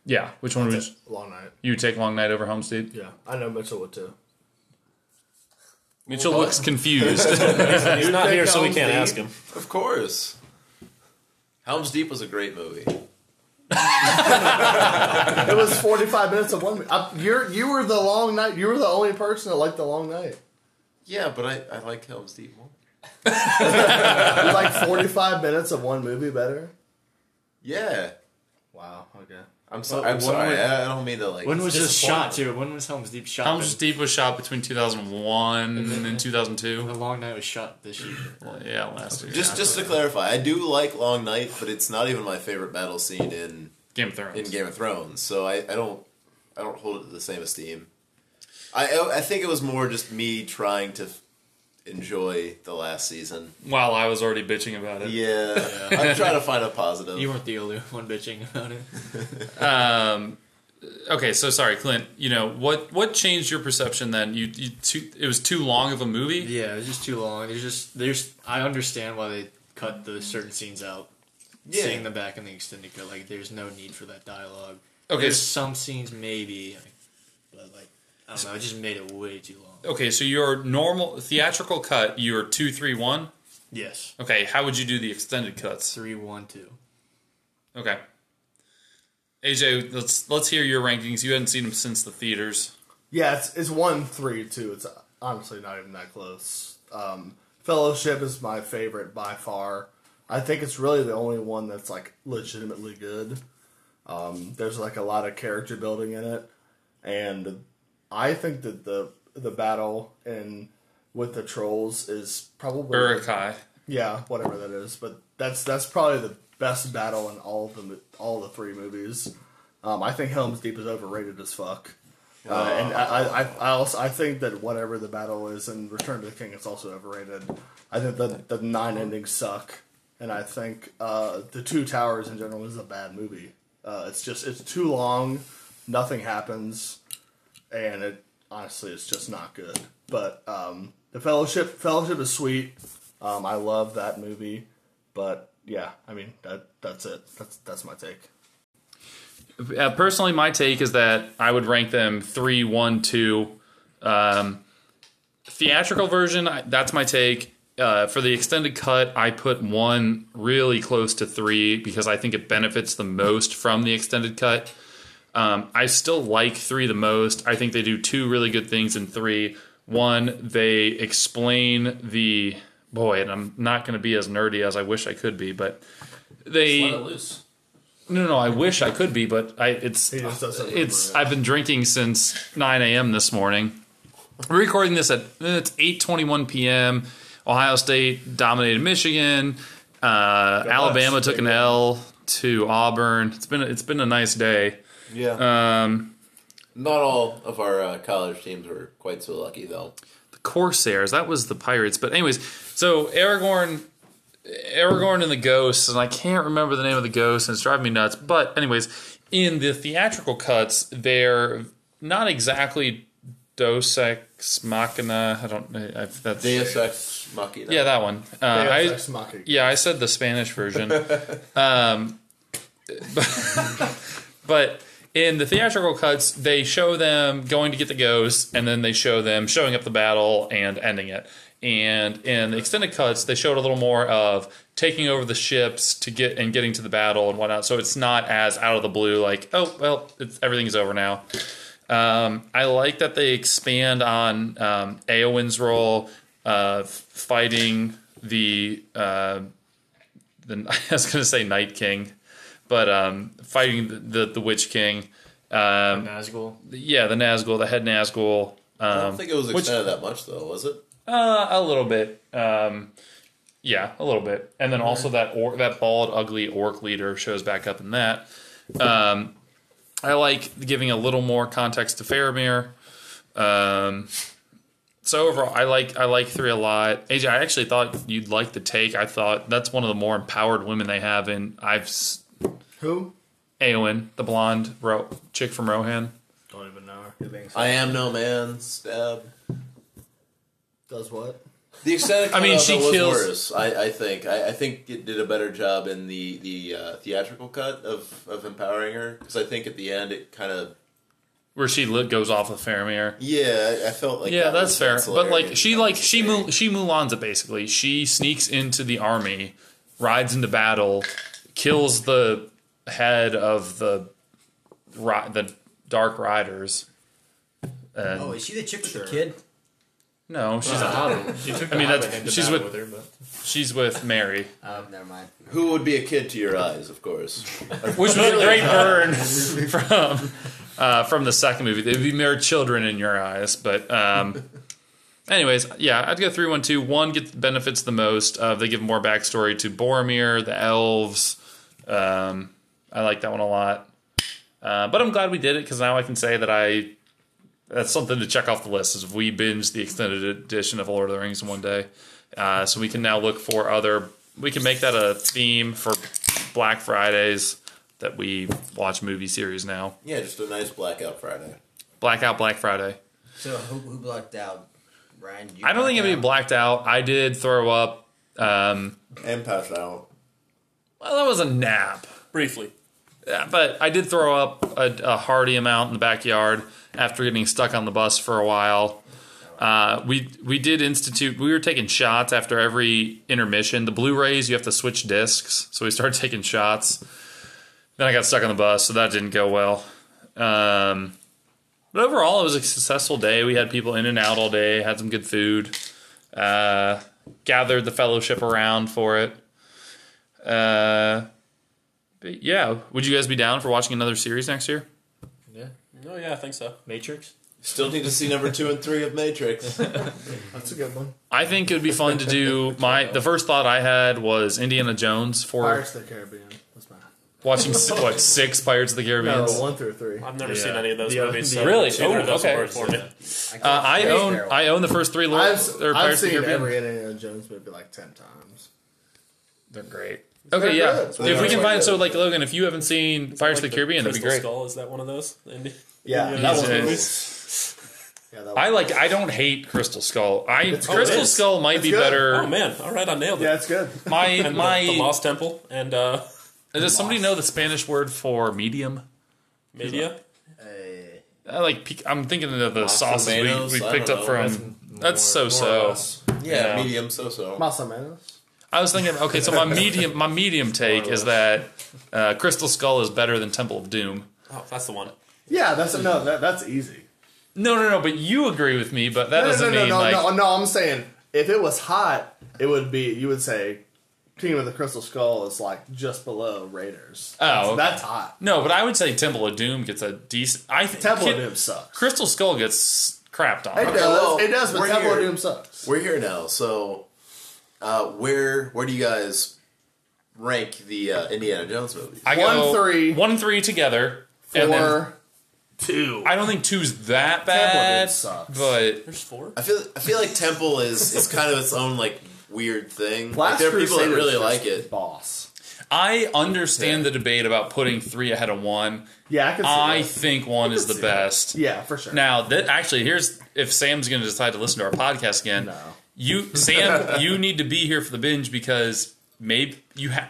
yeah, which one would you,
Long night.
you would take? Long Night over Helm's Deep?
Yeah, I know Mitchell would too.
Mitchell looks confused.
He's not here, so we
Helm's
can't
Deep.
ask him.
Of course. Helm's Deep was a great movie.
It was forty five minutes of one. I, you're you were the long night. You were the only person that liked the long night.
Yeah, but I, I like Helm's Deep more.
You like forty five minutes of one movie better.
Yeah.
Wow. Okay.
I'm, so,
Well,
I'm
when
sorry.
were-
I I don't mean to like.
When was this shot
disappoint.
too? When was Helms Deep shot?
How much Deep was shot between 2001 and then 2002?
The Long Night was shot this year.
Well, yeah, last year.
*laughs* Just just to clarify, I do like Long Night, but it's not even my favorite battle scene in
Game of Thrones.
in Game of Thrones. So I, I don't I don't hold it to the same esteem. I- I I think it was more just me trying to f- enjoy the last season.
While I was already bitching about it.
Yeah, I'm trying to find a positive.
You weren't the only *laughs* one bitching about it.
Um, okay, so sorry, Clint. You know what? What changed your perception then? You, you too, it was too long of a movie.
Yeah, it was just too long. There's just there's I understand why they cut the certain scenes out.
Yeah.
Seeing them back in the extended cut, like there's no need for that dialogue.
Okay,
There's
s-
some scenes maybe, but like I don't know. It just made it way too long.
okay. So your normal theatrical cut, your two three one.
Yes,
Okay, how would you do the extended cuts?
three one two.
Okay, AJ, let's let's hear your rankings. You hadn't seen them since the theaters.
Yeah, it's, it's one three two. It's honestly not even that close. Um, Fellowship is my favorite by far. I think it's really the only one that's like legitimately good. Um, there's like a lot of character building in it, and I think that the the battle in with the trolls is probably
Urukai.
yeah, whatever that is. But that's that's probably the best battle in all of the mo- all the three movies. Um, I think Helm's Deep is overrated as fuck. Uh, and I, I, I- I also I think that whatever the battle is in Return to the King, it's also overrated. I think the the nine endings suck, and I think uh, the Two Towers in general is a bad movie. Uh, it's just it's too long, nothing happens, and it honestly it's just not good. But um, the Fellowship Fellowship is sweet. Um, I love that movie, but yeah, I mean that that's it. That's that's my take.
Uh, personally, my take is that I would rank them three, one, two. Um, theatrical version, I- that's my take. Uh, for the extended cut, I put one really close to three because I think it benefits the most from the extended cut. Um, I still like three the most. I think they do two really good things in three. One, they explain the boy, and I'm not going to be as nerdy as I wish I could be, but they
Let it loose.
no, no, I wish I could be, but I it's
just doesn't
it's
remember it.
I've been drinking since 9 a.m. this morning. We're recording this at it's 8:21 p.m. Ohio State dominated Michigan. Uh, Alabama took an L to Auburn. It's been it's been a nice day.
yeah. Not all of our uh, college teams were quite so lucky though.
Corsairs. That was the pirates. But anyways, so Aragorn, Aragorn and the ghosts, and I can't remember the name of the ghost, and it's driving me nuts. But anyways, in the theatrical cuts, they're not exactly Dos Ex Machina. I don't. I, I, that's
Deus Ex Machina.
yeah, that one. Uh, I-
Deus Ex Machina.
yeah, I said the Spanish version. um, but- *laughs* but in the theatrical cuts, they show them going to get the ghost, and then they show them showing up the battle and ending it. And in the extended cuts, they showed a little more of taking over the ships to get and getting to the battle and whatnot. So it's not as out of the blue, like, oh well, it's, everything's over now. Um, I like that they expand on um, Eowyn's role of fighting the uh, the *laughs* I was going to say Night King, but um, fighting the, the the Witch King. Um,
Nazgul.
yeah, the Nazgul, the head Nazgul.
I
Um,
don't think it was
which-
extended that much though, was it?
uh, a little bit. Um, yeah, a little bit. And then also that or- that bald, ugly orc leader shows back up in that. Um, I like giving a little more context to Faramir. Um, so overall, I like I like three a lot. AJ, I actually thought you'd like the take. I thought that's one of the more empowered women they have. In I've s-
Who?
Aowen, the blonde ro- chick from Rohan.
Don't even know. Her.
I am no man. Stab.
Does what?
The extended cut
I mean,
of
she
it was
kills-
worse. I, I think. I, I think it did a better job in the the uh, theatrical cut of of empowering her because I think at the end it kind of
Where she li- goes off with Faramir.
yeah. I I felt like
yeah,
that
that's
was
fair.
ancillary
But like
and
she
that
like
was
she
very-
Mul- she Mulan's it basically. She sneaks into the army, rides into battle, kills the head of the ri- the Dark Riders. And
Oh, is she the chick with the kid?
No, she's
*laughs*
Otto.
You took
I mean,
the
that's-
Hobbit into
she's
battle
with-
her, but
she's with Mary,
Oh, never mind.
Who would be a kid to your eyes, of course.
which was a great burn from uh, from the second movie. They'd be mere children in your eyes, but. Um, Anyways, yeah, I'd go three, one, two. One gets benefits the most. Uh, they give more backstory to Boromir, the elves. Um, I like that one a lot. Uh, but I'm glad we did it because now I can say that I that's something to check off the list is we binged the extended edition of Lord of the Rings in one day. Uh, so we can now look for other. We can make that a theme for Black Fridays that we watch movie series now.
yeah, just a nice blackout Friday.
Blackout Black Friday.
So who, who blocked out? Ryan? did you
I don't think
block
anybody
out?
blacked out. I did throw up. Um,
And pass out.
well, that was a nap.
briefly.
Yeah, but I did throw up a, a hearty amount in the backyard after getting stuck on the bus for a while. Uh, we we did institute. We were taking shots after every intermission. The Blu-rays you have to switch discs, so we started *laughs* taking shots. Then I got stuck on the bus, so that didn't go well. Um, but overall, it was a successful day. We had people in and out all day. Had some good food. Uh, gathered the fellowship around for it. Uh, but yeah, would you guys be down for watching another series next year?
Yeah.
Oh yeah, I think so.
Matrix.
Still need to see number two and three of *laughs* Matrix.
That's a good one.
I think it would be fun to
*laughs*
do. My the first thought I had was Indiana Jones for
Pirates of the Caribbean. That's mine.
watching s- what six Pirates of the Caribbean.
No, one through three.
I've never
Yeah.
seen any of those
The other-
movies.
the
So
Really?
neither
Oh,
of those
okay.
work for me.
I can't
Uh, I
stay
own
there.
I own the first three. Lord,
I've,
or
I've
Pirates of the
seen
Caribbean.
every Indiana Jones movie like ten times.
They're great.
They're
Okay, yeah.
good.
If we can
They're
find
good.
so like Logan, if you haven't seen Pirates
Like
of the Caribbean, that'd be
Crystal
great.
Skull is that one of those? Indi-
Yeah,
Indiana
Jones
that one. Yeah, that
I
one.
like. I don't hate Crystal Skull. I
good.
Crystal
It's-
Skull might
it's
be
good.
better.
Oh man! All right, I nailed it.
Yeah, it's good.
My
And the-
my.
the, Lost Temple and uh,
does somebody know the Spanish word for medium?
Media.
Uh,
I like. pe- I'm thinking of the
Lots of
sauces
tomatoes,
we, we
I
picked up
don't know.
from. That's so so.
Yeah,
Yeah.
medium so so.
Masamanos.
I was thinking. Okay, so
*laughs*
my medium my medium take is that uh, Crystal Skull is better than Temple of Doom.
Oh, that's the one.
*laughs* Yeah, that's no, that, that's easy.
No, no, no. But you agree with me. But that
No, no,
doesn't
no,
mean
no,
like.
no, no. I'm saying if it was hot, it would be. You would say Kingdom of the Crystal Skull is like just below Raiders.
Oh,
that's,
okay.
that's hot.
No, but I would say Temple of Doom gets a decent. I think
Temple of Doom sucks.
Crystal Skull gets crapped
It
on.
does.
well,
it does, but
we're
Temple of
here.
Doom sucks.
We're here now, so uh, where where do you guys rank the uh, Indiana Jones movies?
I
One, three.
one and three together. and then-
Or two.
I don't think two's that
Temple of Doom
bad,
sucks.
but
There's four.
I feel I feel like Temple is is kind of its own like weird thing. like
Last
there are people that
Crusader
really
is
like
just
it.
Boss.
I understand the debate about putting three ahead of one.
Yeah, I can. See
I
that.
think one is the best.
Yeah, for sure.
Now that actually, here's if Sam's going to decide to listen to our podcast again.
No.
You,
*laughs*
Sam, you need to be here for the binge because maybe you have.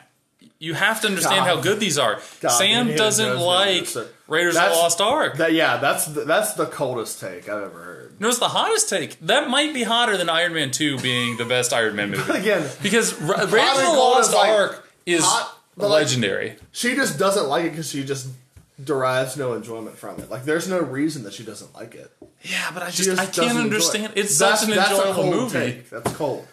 You have to understand
God.
how good these are.
God,
Sam
Indiana
doesn't
Jones
like
movies are-
Raiders of the
That's-
Lost Ark.
That, yeah, that's the, that's the coldest take I've ever heard.
no, it's the hottest take. That might be hotter than Iron Man 2 being the best Iron Man
*laughs*
movie.
Again,
Because Ra- Raiders of the
and cold is
Lost
like
Ark is
hot, but like-
legendary.
she just doesn't like it because she just derives no enjoyment from it. Like, there's no reason that she doesn't like it.
yeah, but I
She
just, I
doesn't
can't
enjoy it.
understand. It's
That's-
such an
that's a
enjoyable
cold
movie.
take. That's cold.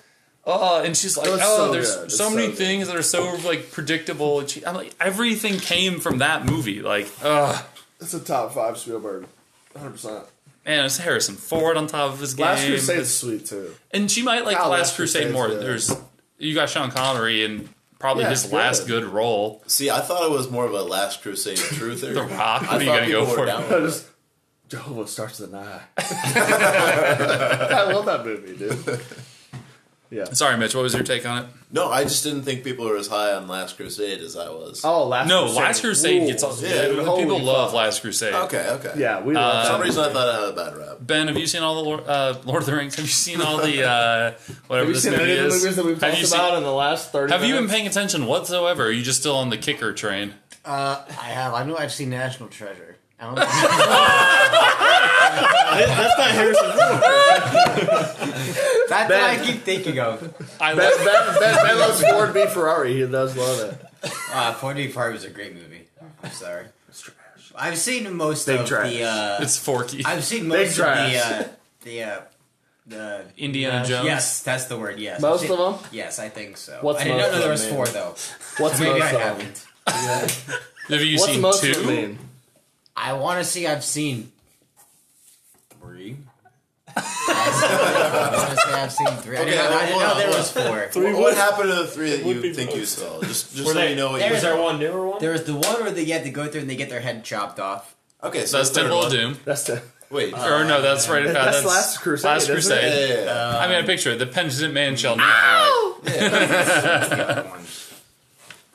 uh, and she's like,
It was
oh,
so
there's
good. It's
so
so
many
good.
things that are so like predictable. And she, I'm like, everything came from that movie. Like, uh,
It's a top five Spielberg, 100. percent
man, it's Harrison Ford on top of his game.
Last Crusade's sweet too.
and she might like
God,
the Last
Last
Crusade
Crusade's
more.
good.
There's you got Sean Connery and probably
Yeah,
his
it's
last
good.
good role.
See, I thought it was more of a Last Crusade
*laughs*
truther.
The Rock. What
I
are you
thought
gonna go
people were
for?
down with
I
it.
just Jehovah starts with an
*laughs*
I. I love that movie, dude. Yeah.
Sorry, Mitch. What was your take on it?
No, I just didn't think people were as high on Last Crusade as I was.
Oh, last
No,
Crusade
Last Crusade gets all.
rules.
Yeah,
people
holy
love Last Crusade.
Okay, okay.
Yeah, we love
For
that
some
movie.
reason, I thought I had a bad rap.
Ben, have you seen all the Lord, uh, Lord of the Rings? Have you seen all
*laughs*
the uh, whatever
Have you
this
seen
movie
any of the
is?
movies that we've
have
talked
you seen-
about in the last thirty?
Have you been
minutes?
paying attention whatsoever? Are you just still on the kicker train?
uh, I have. I know I've seen National Treasure. I *laughs* don't know.
That's not
*laughs*
Harrison Ford.
That's what I keep thinking of.
I
Ben,
love
ben, ben, ben
*laughs*
loves Ford v Ferrari. He does love it.
Uh, 40 Party was a great movie. I'm sorry. I've seen most
Big
of
trash.
the. Uh,
it's Forky.
I've seen most of
trash.
the. Uh, the uh, The
Indiana
yes,
Jones?
Yes, that's the word. Yes.
Most
I
of
thi-
them?
Yes, I think so.
What's
I didn't
most of
know there
them
was
mean?
four though.
What's
Maybe
most
I
of them?
haven't.
Have you
What's
seen
most
two?
of them mean?
I want to see. I've seen three. *laughs* I want to say I've seen three. I
Okay,
didn't know,
hold
I didn't
on,
know there
hold
was four.
What, what happened to the three that
would be
you think you
most.
saw? Just, just
Were
let
they-
me know what you
there's
Is there
saw.
one newer one?
There was the one where they had to go through and they get their head chopped off.
Okay, so
That's
the third
Temple of
one.
Doom. Uh,
That's the
Wait,
or no, that's right.
That's
that's
Last Crusade,
Last
isn't it?
yeah,
Crusade.
yeah, yeah, yeah.
I mean, I picture it. The penitent man shall kneel.
That's the other one.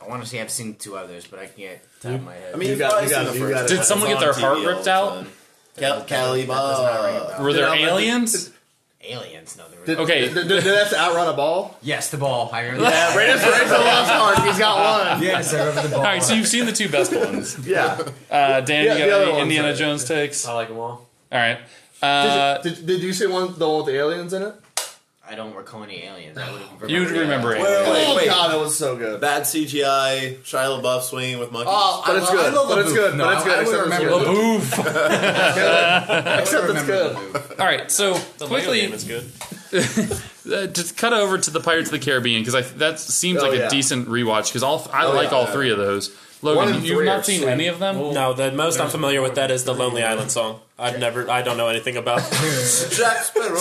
I want to say I've seen two others, but I can't top my head.
I mean,
You
you
got-
got,
you
the
got-
first.
you got it.
Did someone get their heart ripped out?
Cal- Cali
does not ring a
Bob.
bell.
Were there
Did I-
aliens?
aliens? No, there were.
uh, Did-
Okay.
Did, did that outrun a ball?
yes, the ball. I remember that.
Raiders for the Lost Ark. He's got one.
Yes, I remember
*laughs*
the
*laughs*
ball.
All right, so you've seen the two best ones.
Yeah.
Uh, Dan,
Yeah,
you
the
got
other
any
ones
Indiana
are-
Jones takes?
I
All
like them all.
right. Uh,
did, did, did you see one the one with the aliens in it?
I don't recall any aliens. I would remember.
you'd remember
Wait,
it.
wait, wait,
oh
wait.
god, that was so good.
Bad CGI, Shia LaBeouf swinging with monkeys.
Oh, but it's good. But it's good. But it's good. Except it's good.
Boof.
Except it's good.
All right, so
The Lego
quickly,
game is good.
uh, just cut over to the Pirates of the Caribbean because that seems
Oh,
like
yeah.
a decent rewatch because all I
Oh,
like
yeah.
all three of those.
One
Logan,
and
you've
three
not
are
seen
sweet.
any of them.
No, the most I'm familiar with that is the Lonely Island song. I've never, I don't know anything about.
*laughs* Jack Sparrow.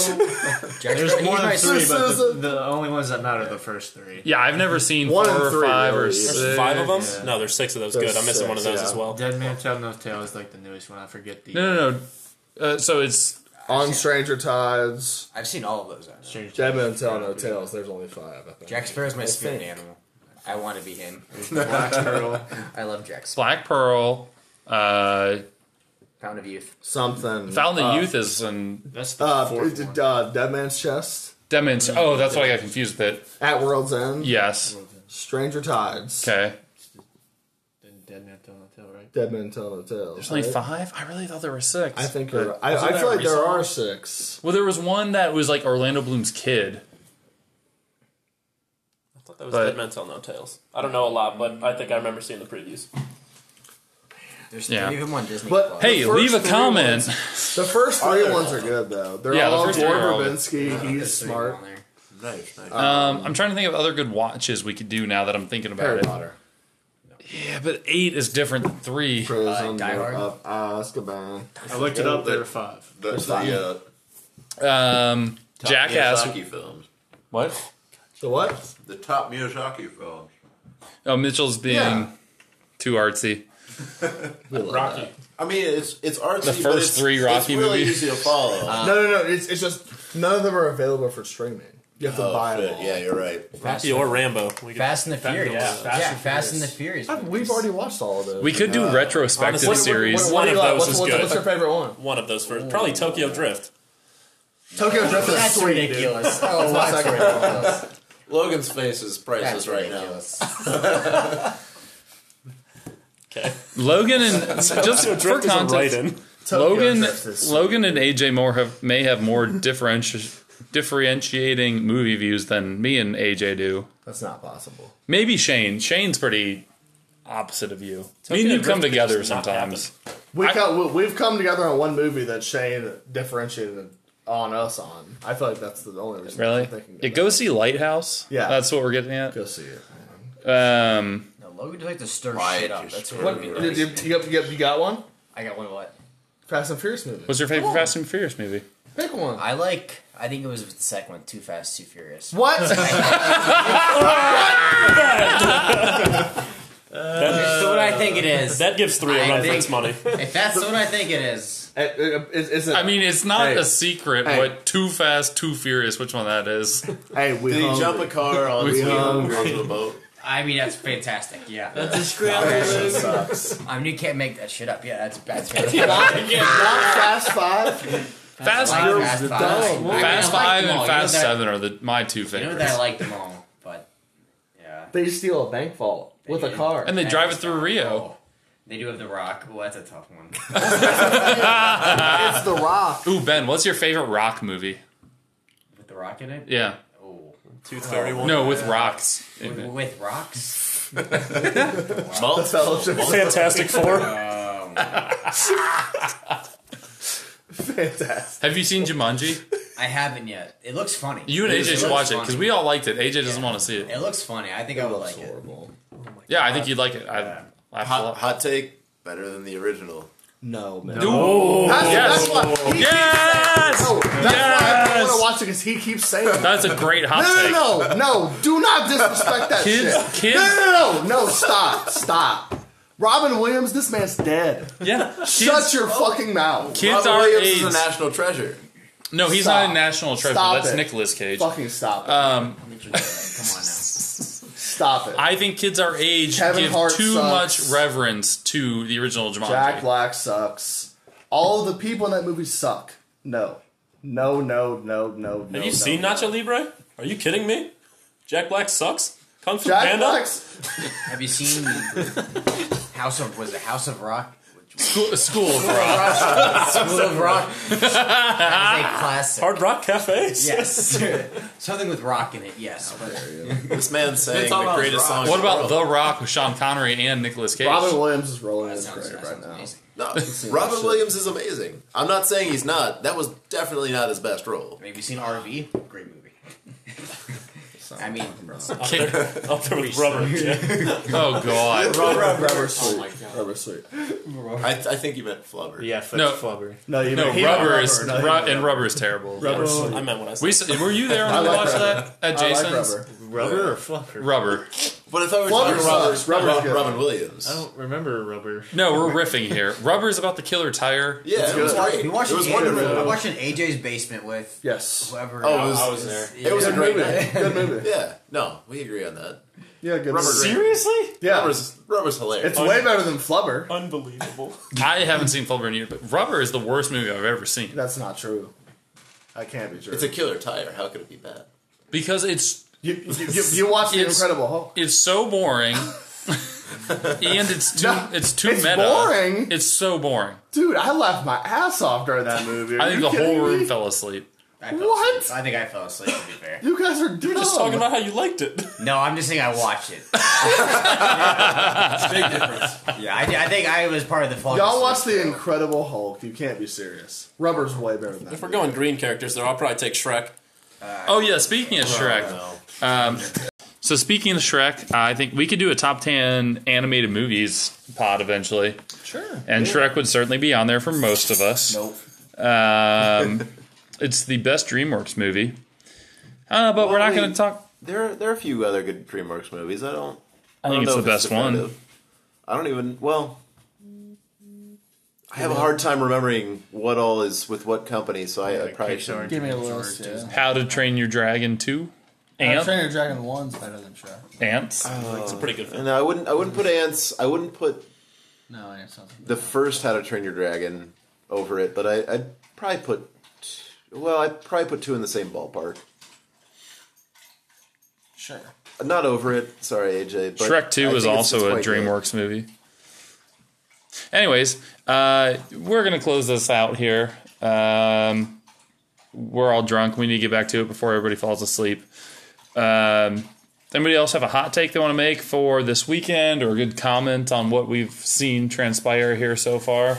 There's more than three,
but
but
the-
the, only ones that matter are the first three.
Yeah, I've never seen
One and
four or
three,
five or
really.
six.
There's five of them?
Yeah.
No, there's six of those.
There's
good. I'm missing one of
six,
those
yeah.
as well.
Dead Man Tell No Tale is like the newest one. I forget the
No, no, no. Uh, so it's
On Stranger Tides,
I've seen all of those. I know.
Strange-
Dead Men Tell No Tales. There's only five. I think.
Jack Sparrow's my spirit animal. I want to be him.
Black Turtle.
I love Jack Sparrow.
Black Pearl. Uh,
Fountain of Youth.
Something.
Fountain of
uh,
Youth is in
That's the
Uh,
fourth
d-
one.
d- uh, Dead Man's Chest.
Demons. Oh, that's why I got confused with it.
At World's End.
Yes.
Stranger Tides.
Okay.
Then Dead Man Tell No Tale, right?
Dead Men Tell No Tales.
There's only
right?
five. I really thought there were six.
I think you're. I, I
that
feel like there
recent?
are six.
Well, there was one that was like Orlando Bloom's kid.
I thought that was
But-
Dead Men Tell No Tales. I don't know a lot, but I think I remember seeing the previews.
There's
Yeah.
three of them on Disney
But-
Plus.
Hey,
The first
leave a
three
comment.
The first three ones are good though. They're
Yeah, the
all
first three are all
Gore
good.
Verbinski. He's
There's three of them
smart.
on there.
nice, nice.
Um, I'm trying to think of other good watches we could do now that I'm thinking about
Harry
it.
Potter.
Yeah, but eight is different than three.
Prison
Die Hard?
of Azkaban.
I looked it up. There were five.
That's
fine.
the uh,
Um,
top
Jackass.
Miyazaki films.
What?
The what?
The top Miyazaki films.
Oh, Mitchell's being
Yeah.
too artsy.
Rocky.
I mean, it's it's artsy.
The
but
first
it's-
three Rocky
it's really
movies.
easy to *laughs* follow. Oh,
no, no, no. It's, it's just none of them are available for streaming. You have to buy
oh,
them.
shit.
All.
Yeah, you're right.
Rocky or Rambo. We could-
Fast and the Furious.
yeah,
Yeah,
Fast and
Fast and the Furious.
I've- We've already watched all of those.
We could do retrospective
honestly, what- what-
series.
What,
One
what do
of
you like?
those
What's,
is
what's,
good.
what's your favorite one?
One of those first. Probably Tokyo Drift.
Tokyo Drift is
That's
sweet. dude.
ridiculous. Oh,
my
that's
second
ridiculous.
Logan's face is priceless
That's
right now.
ridiculous.
Okay.
Logan and just for
Drift is a
context,
write-in.
Tokyo
Logan,
Drift is sweet.
Logan and AJ Moore have may have more differenti- differentiating movie views than me and AJ do.
That's not possible.
Maybe Shane. Shane's pretty opposite of you. me and you
Drift
come
could
together
just not
sometimes.
We
I-
got, we- we've come together on one movie that Shane differentiated on us on. I feel like that's the only reason.
Really?
I'm thinking
Yeah,
of
go see Lighthouse.
Yeah.
that's what we're getting at.
that. Go see it.
Um,
No, Logan just like to stir
Why
shit up.
just
That's
stir
what.
What, you, you, you, got- you got- you got one?
I got one. What?
Fast and Furious movie.
what's your favorite Fast and Furious movie?
Pick one.
I like. I think it was the second one. Too Fast, Too
*laughs*
Furious.
What?
That's what I think it is.
That gives three a
I
run for its
think-
money.
*laughs* if that's what I think it is,
Uh, uh, is, is it,
I mean, it's not
Hey.
a secret
Hey.
what Too Fast, Too Furious, which one that is.
hey, we
Did he
hungry.
jump a car on
We
the
hungry.
onto a boat?
I mean that's fantastic. Yeah.
That's a scramble.
I mean you can't make that shit up. Yeah, that's *laughs* that's
Not Fast Five.
*laughs* Fast,
Five,
Fast,
dumb.
Fast Five. I mean, Oh, I like
Five
them
and
all. You know
Fast
that-
Seven are the my two
You know
favorites.
that I like them all, but yeah,
They steal a bank vault with a car.
and they
that
drive it
is
through
dumb.
Rio.
Oh, they do have the Rock. Well, that's a tough one.
it's The Rock.
Ooh, Ben, what's your favorite Rock movie?
With the Rock in it.
Yeah,
Oh,
Two thirty-one.
no, with rocks.
with, with rocks.
The Fellowship.
Fantastic Four.
Um,
Fantastic.
Have you seen Jumanji?
I haven't yet. It looks funny.
You and
It
AJ should
looks
watch it
funny.
because we all liked it. AJ doesn't
Yeah.
want to see it.
It looks funny. I think I
That
would
looks
like it.
horrible.
Yeah, I think you'd like it. I laughed a
Hot,
lot.
hot take, better than the original.
No, man.
Ooh.
That's,
Yes.
that's why he
Yes!
No, that's why I
Yes!
don't want to watch it because he keeps saying it.
That's a great hot take.
No, no, no, no! Do not disrespect that
Kids- kids-
shit. No, no, no, no! Stop, stop. Robin Williams, this man's dead.
Yeah. Kids,
Shut your fucking mouth.
kids
Robin
are
Williams is
AIDS.
a national treasure.
no, he's
Stop.
not a national treasure.
Stop
That's
it.
Nicolas Cage.
Fucking stop it.
Come on now.
stop it.
I think kids our age
Kevin
give
Hart
too
sucks.
much reverence to the original Jumanji.
Jack Black sucks. All of the people in that movie suck. No. No, no, no, no, no.
Have you seen
no.
Nacho Libre? Are you kidding me? Jack Black sucks. Kung Fu
Jack
Panda.
Black's
Have you seen House of was it House of
*laughs*
Rock?
School, School of Rock.
School of Rock. That is a
*laughs*
classic.
Hard Rock Cafe.
Yes. *laughs* Something with rock in it, yes. But
This man sang
It's all
the
about
greatest song.
drugs.
in
what about
the?
The Rock with Sean Connery and Nicolas Cage?
Robin Williams is rolling in his
sounds-
grave
that
right
sounds
now.
amazing.
world? No,
that
Robin
shit.
Williams is amazing. I'm not saying he's not. That was definitely not his best role.
Have you seen RV? Great movie. I mean,
Up there, *laughs* up there with rubber. Yeah. *laughs*
Oh God.
Rubber, rubber,
Oh
sweet. Rubber sweet.
I, I think you meant Flubber.
Yeah, foot
No.
flubber.
No, you
No,
meant- he
rubber
meant
is
No, he
ru-
meant
and rubber is terrible.
Rubber.
I meant what I said.
We s- were you there when
I
we
like
watched
rubber.
that at
I like
Jason's?
rubber.
Rubber or flubber?
Rubber.
But I thought
Flubber
we were talking about
sucks. Rubber's
Robin,
good.
Robin Williams.
I don't remember rubber.
No, we're riffing here. Rubber is about the killer tire.
Yeah, it was
good.
great.
we
It
watched
was
an
wonderful.
I watched an AJ's basement with
Yes.
whoever.
Oh, it was-
I was there.
Yeah.
It was a
Good
great
movie.
night.
Good movie.
Yeah, no, we agree on that.
Yeah, good
Rubber
movie.
Green.
Seriously?
Yeah.
Rubber's, rubber's hilarious.
It's way better than Flubber.
Unbelievable.
I haven't seen Flubber in years, but Rubber is the worst movie I've ever seen
That's not true. That can't be true.
It's a killer tire. How could it be bad?
because it's
you, you, you, you watch The
It's-
Incredible Hulk.
it's so boring, *laughs* and it's too
No,
it's too
it's
meta.
boring.
It's so boring.
Dude, I laughed my ass off during that movie. Are
I think the
you
whole
kidding
room
me?
fell asleep.
I fell
What?
asleep. I think I fell asleep, to be fair.
You guys are
We're just talking about how you liked it.
No, I'm just saying I watched it.
Big difference.
Yeah, I, did- I think I was part of the fall.
Y'all watch The Incredible Hulk. You can't be serious. Rubber's way better than that.
If we're going green characters, there I'll probably take Shrek.
Oh yeah, speaking of Shrek. Um, so speaking of Shrek, I think we could do a top ten animated movies pod eventually,
Sure.
and Shrek would certainly be on there for most of us.
Nope.
Um, it's the best DreamWorks movie, uh, but we're not
Why?
going to talk.
There, are, there are a few other good DreamWorks movies. I don't.
I think it's the best one.
I don't even. Well, I have a hard time remembering what all is with what company, so I, I probably should.
Give
me a list. Yeah.
How to Train Your Dragon Two, Ant,
Trainer Dragon One's better than Shrek.
Ants.
It's a pretty good film.
And I wouldn't. I wouldn't put ants. I wouldn't put
No, I have something.
the first How to Train Your Dragon over it, but I, I'd probably put. Well, I'd probably put two in the same ballpark.
Sure.
Not over it. Sorry, AJ. But
Shrek Two
I
is
think it's- it's
also a
quite good.
DreamWorks movie. Anyways, uh, we're gonna close this out here. Um, we're all drunk. We need to get back to it before everybody falls asleep. Um, anybody else have a hot take they want to make for this weekend, or a good comment on what we've seen transpire here so far?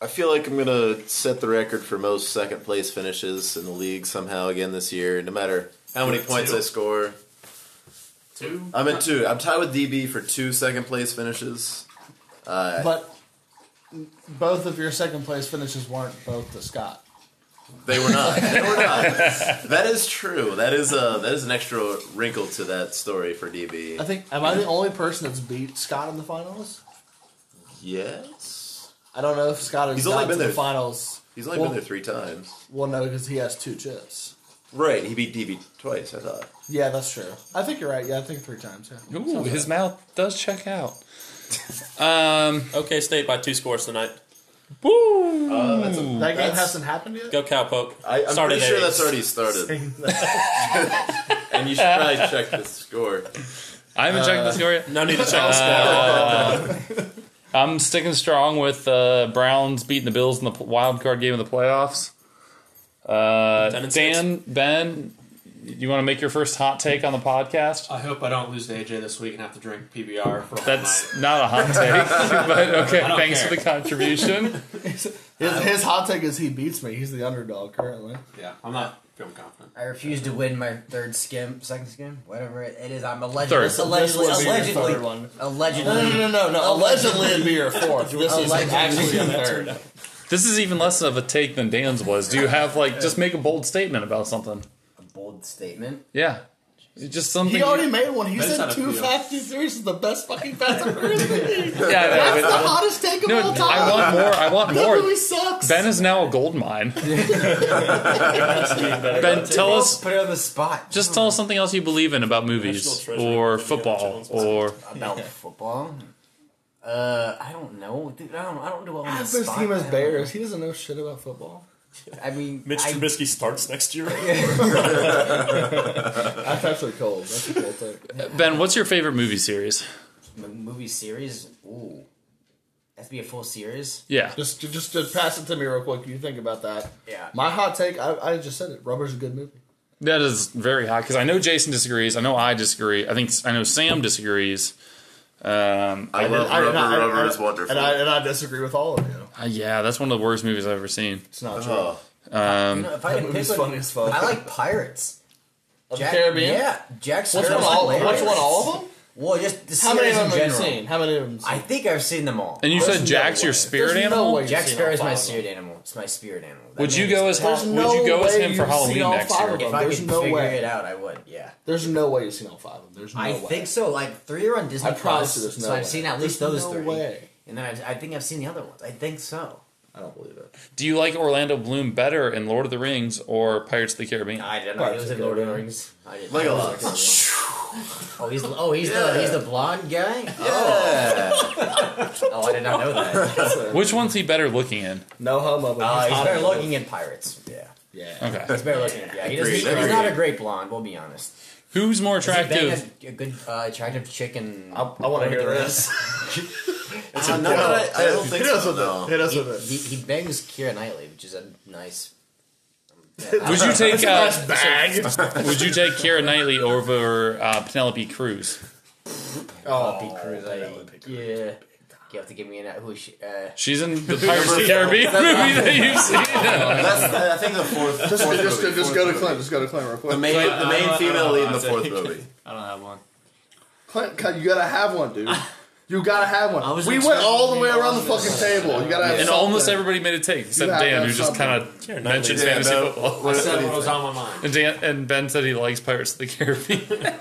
I feel like I'm gonna set the record for most second place finishes in the league somehow again this year. No matter how many points I score,
Two.
I'm at two. I'm tied with DB for two second place finishes.
But both of your second place finishes weren't both to Scott.
They were not. they were not. *laughs* That is true. That is uh that is an extra wrinkle to that story for
I
DB.
think. Am I the only person that's beat Scott in the finals?
Yes,
I don't know if Scott has
He's only
gotten to
been
the
there-
finals.
he's only
Well-
been there three times.
Well, no, because he has two chips.
Right, he beat DB twice. I thought.
Yeah, that's true. I think you're right. Yeah, I think three times. Yeah.
Ooh, his mouth does check out.
Okay, State by two scores tonight.
Woo!
That game
That's-
hasn't happened yet.
Go Cowpoke.
I, I'm
Started
pretty sure
at
that's
eight.
already started. *laughs* and you should probably check the score.
I haven't checked
Uh,
the score yet.
No need to check the score.
I'm sticking strong with uh, Browns beating the Bills in the wild card game of the playoffs. Uh,
Ten and six.
Dan, Ben, you want to make your first hot take on the
*laughs*
podcast?
I hope I don't lose to AJ this week and have to drink PBR for a whole night.
That's not a hot take, *laughs* but okay.
don't
Thanks
care.
for the contribution.
His, his hot take is he beats me. He's the underdog currently.
Yeah, I'm not feeling confident.
I refuse to win my third skim, second skim, whatever it, it is. I'm alleged,
Third.
this allegedly,
This would be your
allegedly,
third one.
allegedly,
No, no, no, no, no. Allegedly, it'd be your fourth. This is
Allegedly.
actually your third.
This is even less of a take than Dan's was. Do you have like just make a bold statement about something?
a bold statement.
Yeah, just something.
He already made one. He
That's
said
not a
two
deal.
Fast and Furious is the best
*laughs*
fucking Fast and Furious movie.
yeah, I know,
That's the
but-
hottest take of all
no,
time.
I want more. I want
that
more.
movie sucks.
Ben is now a gold
*laughs*
mine. ben, tell us.
Put it on the spot.
Just tell us something else you believe in about
National
movies
Treasure
or
Indiana
football
Jones.
or
about football. Uh, I don't know, dude. I don't. I don't do well on the
Half his
spot.
team is
I don't
Bears. He doesn't know shit about football.
know. I mean,
Mitch
I,
Trubisky starts next year.
That's actually cold. That's a cold take.
Ben. What's your favorite movie series?
m- movie series. Ooh, that's be a full series.
Yeah,
Just, just, just pass it to me real quick. You think about that.
Yeah.
My hot take. I, I just said it. Rubber's a good movie.
that is very high because I know Jason disagrees. I know I disagree. I think I know Sam disagrees. Um,
I, love
I did
Rubber
not- I-
Rubber
I-
is wonderful.
And I and I disagree with all of you.
uh, yeah, that's one of the worst movies I've ever seen.
It's not true.
Oh,
You know, if I
that
could
movie's
pick
funny
one,
as fuck.
I like pirates.
Of the
Jack-
Caribbean.
Yeah, Jack
Which
Sparrow.
one? All, which one? All of them?
Well, just the
How many
series in
of them have you
general.
seen? How many of them? have you seen?
I think I've seen them all.
And you
There's
said
no
Jack's
way.
your spirit
There's no
animal.
way.
Jack
Seen
Sparrow
all
is my
five of
spirit animal. It's my spirit animal. That
Would you
man
go
is-
as
There's
Hall-
no
Would you go as him for
way you've seen
Halloween
all
next
five
year?
of them.
If I
There's
could
no
figure
way.
it out, I would. Yeah,
There's no way you've seen all five of them. There's no
I
way.
think so. Like three are on Disney
I promise you,
Plus,
there's no
so
way.
I've seen at least
There's
those
no
three.
way.
And then I, I think I've seen the other ones. I think so.
I don't believe it.
Do you like Orlando Bloom better in Lord of the Rings or Pirates of the Caribbean?
I don't know.
Pirates
He was
of
in
the
Lord of the
Caribbean.
Rings. I didn't know.
Legolas.
*laughs* Oh, he's oh he's the he's the blonde guy.
Yeah.
Oh, *laughs* I did not know that.
Which one's he better looking in?
No homo. But
Uh,
he's
he's
hot
better
as
looking in pirates. Yeah,
Yeah.
Okay.
*laughs*
he's better looking. Yeah, he doesn't,
Agreed,
he's
agreed.
not a great blonde. We'll be honest.
Who's more
Does he bang
attractive?
A, a good uh, attractive chicken.
I, want to
*laughs*
hear this.
Uh, no, I, I don't think so. No.
Hit us
He,
with it.
he, he bangs Kira Knightley, which is a nice.
Would you take uh, *laughs* Would you take Kira Knightley over uh, Penelope Cruz?
Oh, Cruz, I, yeah. You have to give me an who is she, uh,
She's in
*laughs*
the Pirates of the Caribbean movie that you've seen.
That's, I think the fourth.
Just,
fourth
just,
movie,
just
fourth
go to
movie.
Clint. Just go to Clint real
The
quick.
main, the
I
main
don't- I
female
don't
lead in
know.
the
I
fourth
said-
movie.
I don't have one.
Clint, Clint, you gotta have one,
*laughs*
dude. You gotta have one.
was
We went
expecting
all the way
you
around the
to ask
fucking table. You gotta have
And
something.
almost everybody made a take except
You have
Dan,
to
who just
have
kind of mentioned fantasy
no.
football.
I
What- what do
said
you
what was
think?
on my mind.
And, Dan, and Ben said he likes Pirates of the
*laughs*
Caribbean.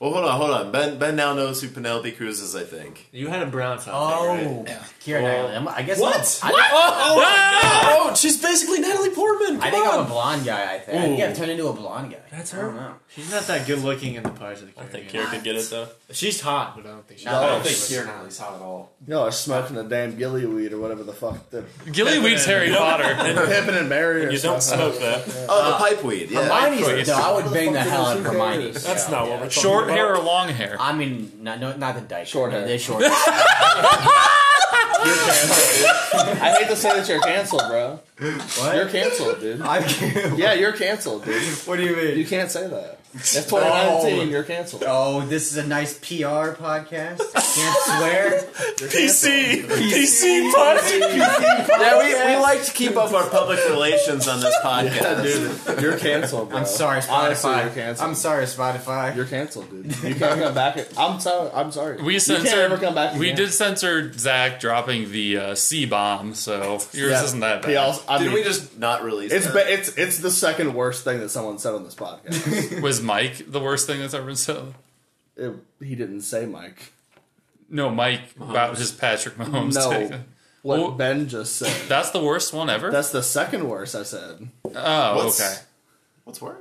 Well, hold on, hold on. Ben, Ben now knows who Penelope Cruz is. I *laughs* think.
You had a brown top.
Oh, Kira Knightley. I'm, I guess
What?
I'm, I,
Oh, she's basically Natalie Portman.
I think I'm a blonde guy. I think. I think I've turned into a blonde guy.
That's
I
her.
don't know.
She's not that good looking in the Pirates of the
I think
Caribbean.
Kira could get it though.
She's hot, but I don't think she's.
No.
I don't think Kira Knightley's hot at all.
No, I was smoking the damn gillyweed or whatever the fuck.
*laughs*
The
Gillyweed's Harry Potter.
pimping and marrying.
You don't smoke that.
Oh, the pipe weed. Yeah.
Hermione's. No, I would bang the
fuck
hell out
did
of
she
Hermione.
That's
Yeah,
not
yeah.
what we're talking
Short
about.
hair or long hair?
I mean, not no, not the dyke.
Short hair.
The short. hair.
*laughs* I hate to say that you're canceled, bro. You're
*laughs*
canceled, dude. yeah, you're canceled, dude.
what do you mean?
You can't say that.
*laughs*
It's 2019. You're canceled.
Oh, this is a nice PR podcast. Can't swear.
PC, PC podcast.
Yeah, we, we like to keep up our public relations on this *laughs* podcast.
Dude, you're canceled, bro.
I'm sorry,
Honestly,
Spotify.
you're canceled.
I'm sorry, Spotify.
You're canceled, dude.
*laughs*
You can't come back. At, I'm sorry. I'm sorry.
We
you
censored.
can't ever come back.
we
again.
did censor Zach dropping the uh, C bomb, so yours
Yeah.
isn't that bad.
He also, I
Did
mean,
we just not release
It's
that?
ba- it's it's the second worst thing that someone said on this *laughs* podcast.
Was Mike the worst thing that's ever been said?
It- he didn't say Mike.
No, Mike
Uh-huh.
about his Patrick Mahomes. take.
No, what
Well-
Ben just said.
That's the worst one ever.
That's the second worst. I said
oh,
What's-
okay.
What's worse?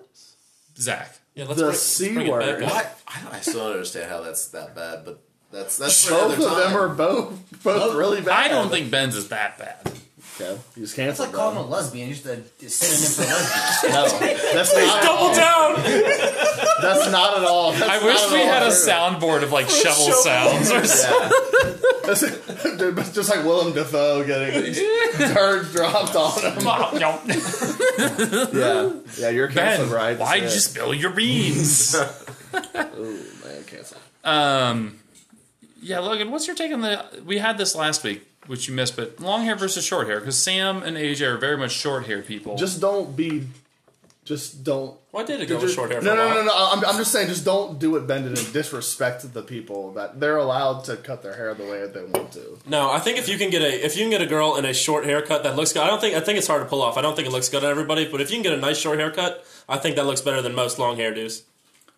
Zach.
Yeah, let's
the
bring-
c
bring it back
word.
up.
I, I, don't, I still don't understand how that's that bad, but that's that's for
Both
another
of them
time. *laughs*
are both both really bad.
I don't think Ben's is that bad.
Okay, he's
It's like
canceled.
calling
bro.
a lesbian just a synonym for lesbian.
*laughs*
No, that's not.
Double down.
*laughs* That's not at all. That's
I wish
not at
we
all
had a
true.
soundboard of
*laughs*
like shovel sounds or something.
That's- *laughs* Dude, that's just like Willem Dafoe
*laughs*
getting turd dropped on him. Yeah, yeah, you're
ben,
canceled, right?
why'd you
That's it.
spill your
*laughs*
beans?
man canceled?
um, yeah, Logan, what's your take on the? We had this last week. which you missed, but long hair versus short hair because Sam and Asia are very much short hair people.
Just don't be. Just don't.
Well, I did it go with
just-
short hair for
No,
a
no,
while.
no, no. I'm, I'm just saying, just don't do what Ben did and disrespect the people that they're allowed to cut their hair the way that they want to.
No, I think if you can get a if you can get a girl in a short haircut that looks good, I don't think I think it's hard to pull off. I don't think it looks good on everybody, but if you can get a nice short haircut, I think that looks better than most long hairdos.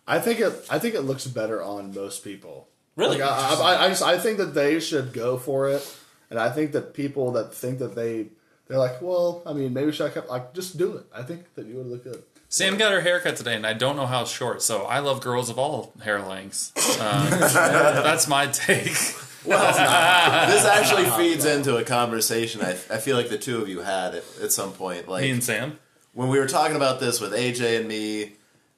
I think it. I think it looks better on most people.
Really?
Like, I, I, I- I just I think that they should go for it, and I think that people that think that they they're like, well, I mean, maybe should I cut? Like, just do it. I think that you would look good.
Sam got her haircut today, and I don't know how short, so I love girls of all hair *laughs* lengths. Uh, that's my take. *laughs*
this *laughs* actually feeds into a conversation I, I feel like the two of you had at, at some point. Like
Me and Sam.
when we were talking about this with AJ and me,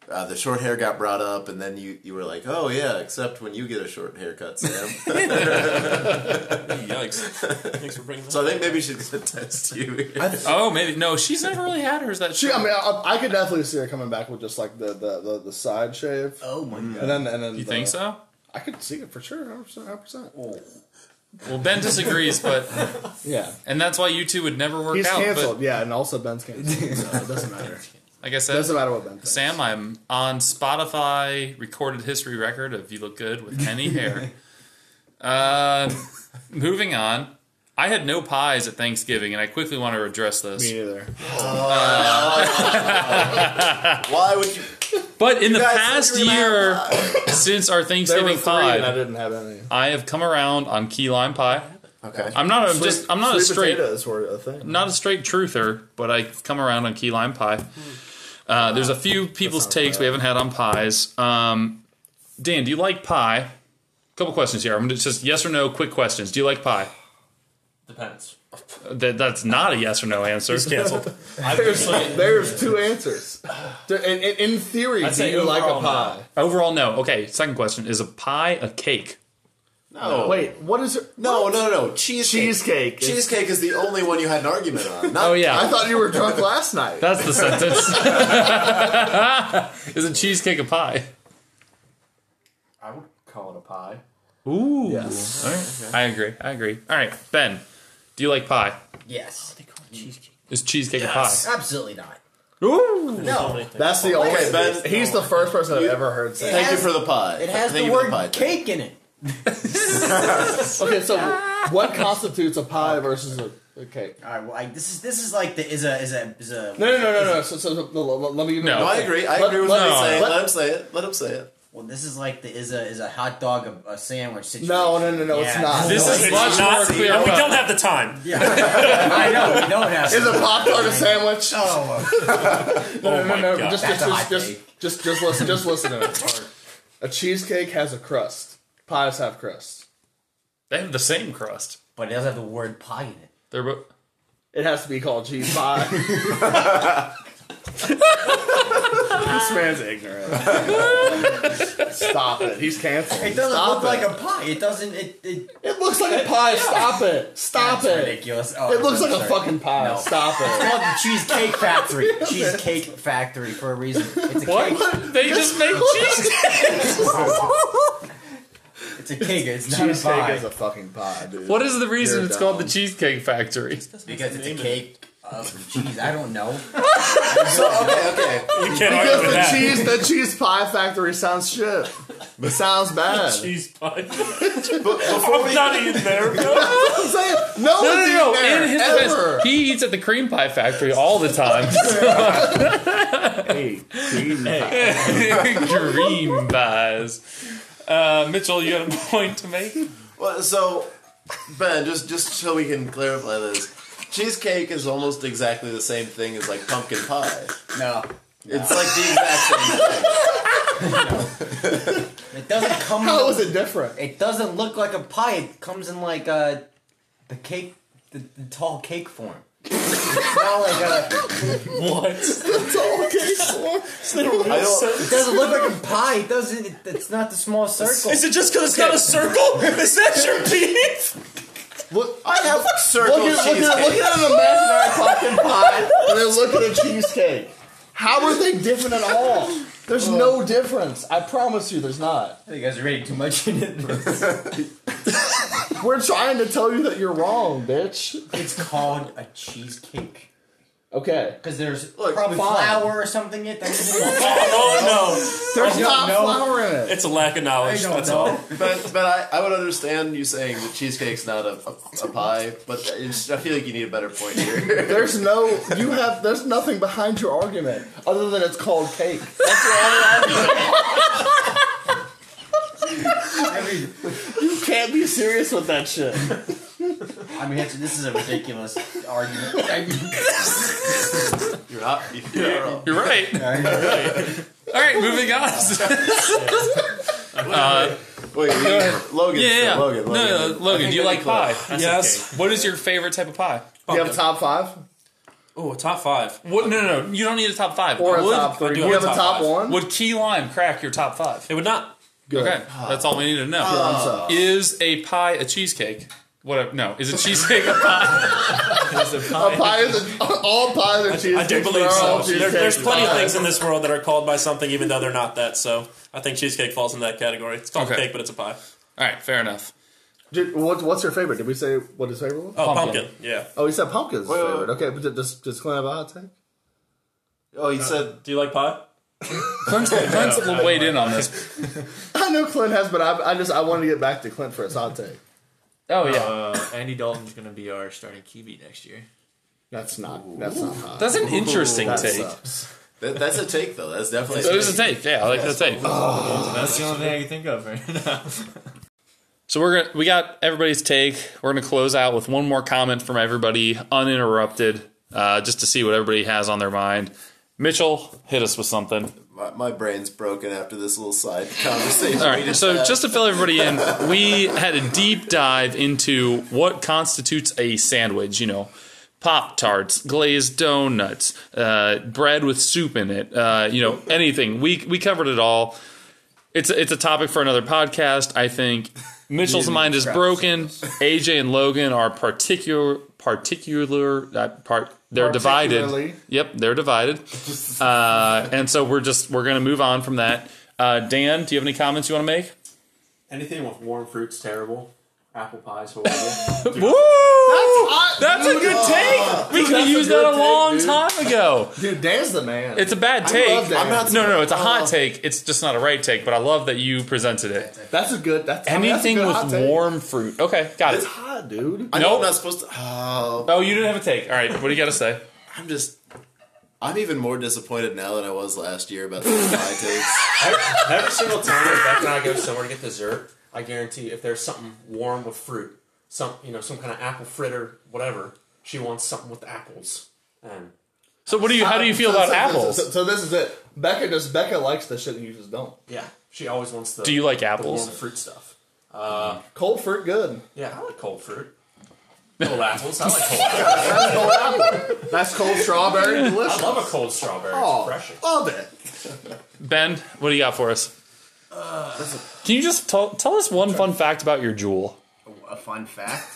uh, the short hair got brought up, and then you, you were like, "Oh yeah," except when you get a short haircut, Sam. *laughs*
Yikes! Thanks for bringing that.
so I think maybe she's gonna test you.
Oh, maybe no. She's never really had hers that
She,
short.
I mean, I, I could definitely see her coming back with just like the the, the, the side shave.
Oh my god.
And then, and then
you
the-
think so?
I could see it for sure, hundred percent, hundred percent.
Well, Ben disagrees, but
Yeah,
and that's why you two would never work
he's
out.
canceled. Yeah, and also Ben's *laughs* canceled, so it doesn't matter.
But like I said,
doesn't matter what Ben. Thinks.
Sam, I'm on Spotify recorded history record of you look good with any
*laughs*
hair. uh, moving on. I had no pies at Thanksgiving, and I quickly want to address this.
Me neither.
Why would you?
But in the
guys
past
figure it
year, *coughs* since our
There were
Thanksgiving
three, and I
pie,
didn't have any.
I have come around on key lime pie.
Okay.
I'm not a, just I'm not a
Sweet
straight
potatoes were a thing.
not a straight truther, but I come around on key lime pie. Uh, there's a few people's takes we haven't had on pies. Um, Dan, do you like pie? Couple questions here. I'm gonna- just yes or no, quick questions. Do you like pie?
Depends.
That, that's not a yes or no answer.
Canceled.
There's, there's two answers. There- In, in, in theory, do
say
you like a
overall, no.
pie?
Overall, no. Okay. Second question: Is a pie a cake?
No.
Wait, what is it?
No, no, no, no. Cheesecake.
Cheesecake.
Cheesecake is the only one you had an argument on. Not
Oh yeah,
I thought you were drunk last night.
that's the sentence. *laughs* is a cheesecake a pie?
I would call it a pie.
Ooh. All right. I agree. I agree. All right, Ben. Do you like pie?
*laughs* Yes.
Is cheesecake a pie?
Absolutely not.
Ooh.
No.
That's the only.
Okay, Ben.
he's the first person I've ever heard say.
Thank
It
you
has-
for the pie.
It
Thank
has the
you for
word
pie.
cake in it.
Okay, so what constitutes a pie versus a, a cake?
All right. Well, I, this is this is like the is a is a is a.
No, no, no, no, no. So, so, so no, let- let me give you.
No,
No, I agree. I
Let-
agree with
let-
what he's saying.
let-
Let him say it. Let him say it.
Well, this is like the is a is a hot dog a, a sandwich situation.
No, no, no, no. It's
Yeah.
not.
This is much more clear.
and we don't have the time.
I know. We don't have.
Is a pop tart a sandwich? No, *laughs*
Oh,
oh
no,
my
no.
god!
Just,
That's
just,
a hot
just, just, just, just listen. Just listen to
*laughs*
it. A cheesecake has a crust. Pies have crust.
They have the same crust.
but it doesn't have the word pie in it.
They're bo-
It has to be called cheese
*laughs*
pie. this man's ignorant. Stop it. He's canceled.
It doesn't
Stop
look
it.
like a pie. It doesn't. It. it
It looks like a pie. Stop it. Stop
that's
it.
ridiculous. Oh,
It looks
I'm
like a
sorry.
fucking pie.
No.
Stop it.
It's
*laughs*
called the Cheesecake Factory. Cheesecake Factory for a reason. It's a cake.
They just make cheese.
It's a cake. It's not a
Cheesecake
pie.
is a fucking pie, dude.
What is the reason
You're
it's called the
dumb.
Cheesecake Factory?
because it's a cake of cheese. I don't know.
Okay, *laughs* okay.
You can't argue
Because
with
the
that.
cheese, the cheese pie factory sounds shit. It sounds bad.
Cheese pie.
*laughs*
But before
I'm
we
not eating there. bro.
I'm saying, no,
No, no, no.
there,
In his
ever.
defense, he eats at the cream pie factory all
*laughs*
the time. *laughs* cream pies. *laughs* Uh, Mitchell, you have a *laughs* point to make.
Well, so Ben, just just so we can clarify this, cheesecake is almost exactly the same thing as like pumpkin pie.
No.
It's like the exact same thing.
It
*laughs*
doesn't come.
How
in
is it different?
It doesn't look like a pie. It comes in like a the cake, the, the tall cake form. It's not like a.
What?
It's all cake
I don't,
It doesn't look like a pie. It doesn't. It, it's not the small circle.
Is it just because it's not a circle? Is
*laughs*
that your beef?
Look,
I have circle
look, at, look, at,
cheesecake.
look at an imaginary pumpkin pie, and then look at a cheesecake. How are they different at all? There's no difference. I promise *laughs* you, there's not.
I think you guys are reading too much into this.
We're trying to tell you that you're wrong, bitch.
it's called a cheesecake.
Okay.
Because there's
Look,
probably
fine.
flour or something in it. That isn't
*laughs* Oh
There's not
know.
flour in
no!
it.
It's a lack of knowledge.
don't
That's
know.
all.
But but I, I would understand you saying that cheesecake's not a, a, a pie, but it's, I feel like you need a better point here. *laughs*
There's no. You have. There's nothing behind your argument other than it's called cake.
I mean,
You can't be serious with that shit.
I mean, that's- this is a ridiculous argument. I mean,
You're not. You're not wrong.
You're right. *laughs* All right, moving on. Uh,
Wait, we- Logan.
yeah, yeah.
Logan.
no,
Logan.
no, Logan, do you like pie?
That's yes.
What is your favorite type of pie?
You have a top five
Oh, top five.
What? No, no, no. You don't need a top five.
or a
would,
top three?
do
You
have
have a
top
top
five.
one.
would key lime crack your top five?
It would not.
Good.
Okay, that's all we need to know.
I'm sorry.
Is a pie a cheesecake? Whatever. No, is a cheesecake a pie?
A pie is a, all pies are cheesecakes.
I do believe
They're
so.
all
There, there's
cheesecakes.
plenty of things in this world that are called by something, even though they're not that. So I think cheesecake falls in that category. It's called
Okay.
cake, but it's a pie.
All right, fair enough.
Dude, what, what's your favorite? Did we say what his favorite was?
Oh,
Pumpkin.
pumpkin. Yeah.
Oh, he said pumpkin's
Wait, wait,
favorite.
wait.
Okay, but ju- just just clean up a hot take.
Oh, he said.
Do you like pie?
Clint's, Clint's weighed in on this.
I know Clint has, but I, I just I wanted to get back to Clint for his hot *laughs* take.
Oh yeah.
Uh, Andy Dalton's gonna be our starting QB next year.
That's not that's not hot.
That's an interesting
That
take.
sucks.
That, that's a take though. That's definitely.
That is a take. Yeah, I like that take.
That's the only thing I can think of right now.
So we're gonna we got everybody's take. We're gonna close out with one more comment from everybody, uninterrupted, uh, just to see what everybody has on their mind. Mitchell, hit us with something.
my, my brain's broken after this
*laughs*
little side conversation.
All
we
right.
just
So
had.
just to fill everybody in, we had a deep dive into what constitutes a sandwich. You know, pop tarts, glazed donuts, uh, bread with soup in it. Uh, you know, anything. We we covered it all. It's a, it's a topic for another podcast. I
*laughs*
think Mitchell's mind is broken. AJ and Logan are particular particular that part. They're divided.
Particularly.
Yep, they're
*laughs*
divided. Uh, and so we're just we're gonna move on from that. Uh, Dan, do you have any comments you want to make?
Anything with warm fruit's terrible. Apple pie's horrible.
Woo! That's a good take. We could have used that a long time ago.
Dude, Dan's the man.
It's a bad take.
love that. Oh. I'm not-
no, no, it's a hot take. It's just not a right take. But I love that you presented it.
that's a good. That's, I mean, that's a
Anything
good hot
with
take.
warm fruit. Okay, got
It's
it.
hot, dude.
I know
Nope.
I'm not supposed to. Oh,
Oh, you didn't have a take. All right, what do you got to say?
I'm just. I'm even more disappointed now than I was last year
*laughs*
about the pie takes.
every, every single time Beth and I go somewhere to get dessert, I guarantee if there's something warm with fruit, some you know some kind of apple fritter, whatever, she wants something with apples. And
So, what do you? How do you feel
So-
about
so- So,
apples?
so this is it. Becca just Becca likes the shit that you just don't.
yeah, she always wants the.
Do you like
the
apples?
warm fruit stuff.
Cold fruit, good.
Yeah, I like cold
*laughs*
fruit. Cold apples. I like cold.
That's cold *laughs* strawberry,
I
delicious.
love a cold strawberry.
Oh,
It's refreshing.
Love it.
Ben, what do you got for us? Can you just tell tell us one fun fact about your jewel?
a fun fact.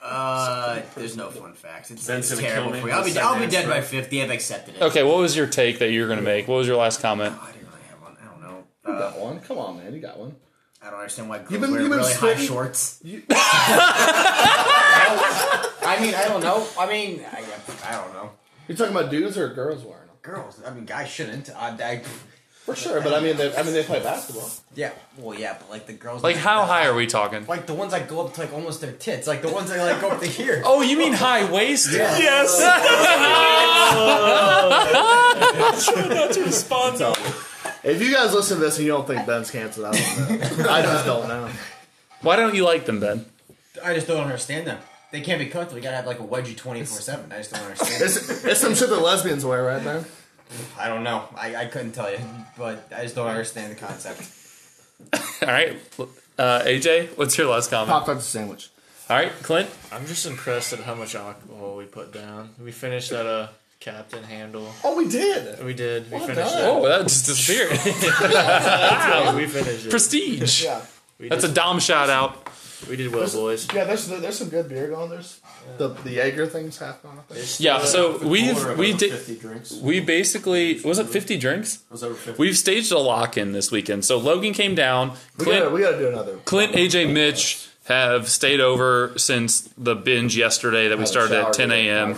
Uh, there's no fun facts. It's,
Ben's
it's
gonna
terrible
kill me
for you. I'll
with
be,
that
I'll be dead
answer.
by 50. I've accepted it.
Okay, what was your take that you were going to make? What was your last comment?
I didn't really have one. I don't know.
You
Uh,
got one. Come on, man. You got one.
I don't understand why girls
been-
wear
you've been
really high
spitting-
shorts. *laughs*
You-
I mean, I don't know. I mean, I, I don't know.
You're talking about dudes or girls wearing them?
Girls, I mean, guys shouldn't. I, I,
For sure, but I mean, they, I mean, they play basketball.
yeah, well, yeah, but like the girls,
Like, how high are we talking?
Like the ones that go up to like almost their tits, like the ones that like go up to here.
Oh, you mean high waisted?
Yes. That's your response.
If you guys listen to this and you don't think Ben's canceled, I don't know. I just don't know.
Why don't you like them, Ben?
I just don't understand them. They can't be comfortable. You gotta have like a wedgie twenty four seven. I just don't understand. it.
It's, it's some shit that lesbians wear, right, man?
I don't know. I, I couldn't tell you, but I just don't understand the concept.
All right, uh, AJ, what's your last comment?
Pop Tart sandwich.
All right, Clint.
I'm just impressed at how much alcohol we put down. We finished at a captain handle.
Oh, we did.
We did. We
done.
finished that.
Oh, that just disappeared. *laughs*
We finished it.
Prestige.
Yeah.
We
That's a
just-
Dom shout out.
We did well, boys.
Yeah, there's there's some good beer going. There's the the Jaeger things half on. I think.
Yeah, so we've-
Over
we did-
fifty drinks.
We basically was it fifty drinks?
It was over fifty.
We've staged a lock in this weekend. So Logan came down.
We
Clint-
gotta we gotta do another.
Clint, AJ, Mitch have stayed over since the binge yesterday that we started at 10 a.m.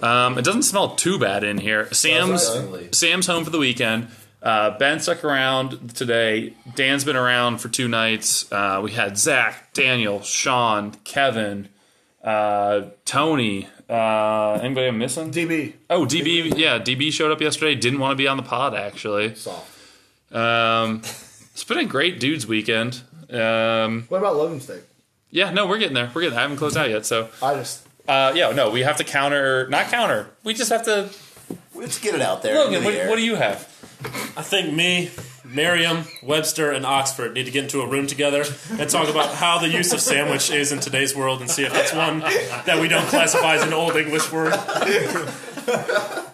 Um, it doesn't smell too bad in here. Sam's
surprisingly.
Sam's home for the weekend. Uh, ben stuck around today. Dan's been around for two nights. Uh, we had Zach, Daniel, Sean, Kevin, uh, Tony. Uh, anybody I'm missing?
DB.
oh, DB. Yeah, DB showed up yesterday. Didn't want to be on the pod actually.
Soft.
Um, it's been a great dudes weekend. Um,
What about Logan Steak?
yeah, no, we're getting there. We're getting. I haven't closed out yet. So,
I just
uh, yeah, no, we have to counter. Not counter. We just have to.
Let's get it out there.
Logan,
into the
what,
air.
what do you have?
I think me, Merriam, Webster, and Oxford need to get into a room together and talk about how the use of sandwich is in today's world and see if that's one that we don't classify as an old English word.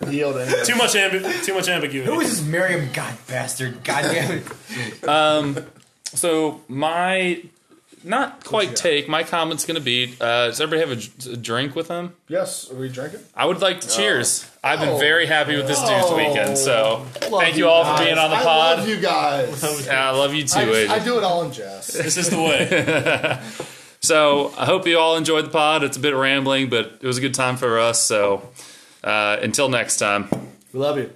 yield in.
Too much, ambi- too much ambiguity.
Who is this Miriam god bastard? Goddamn it.
So my not quite take. My comment's going to be: uh, Does everybody have a j- a, drink with them?
Yes, are we drinking?
I would like to cheers. I've been very happy with this dudes weekend. So thank you all for being on the
I
pod.
love Oh.
*laughs*
you guys.
Yeah, I love you too,
I,
AJ.
I do it all in jest.
This is the way.
So I hope you all enjoyed the pod. It's a bit rambling, but it was a good time for us. So uh, until next time.
We love you.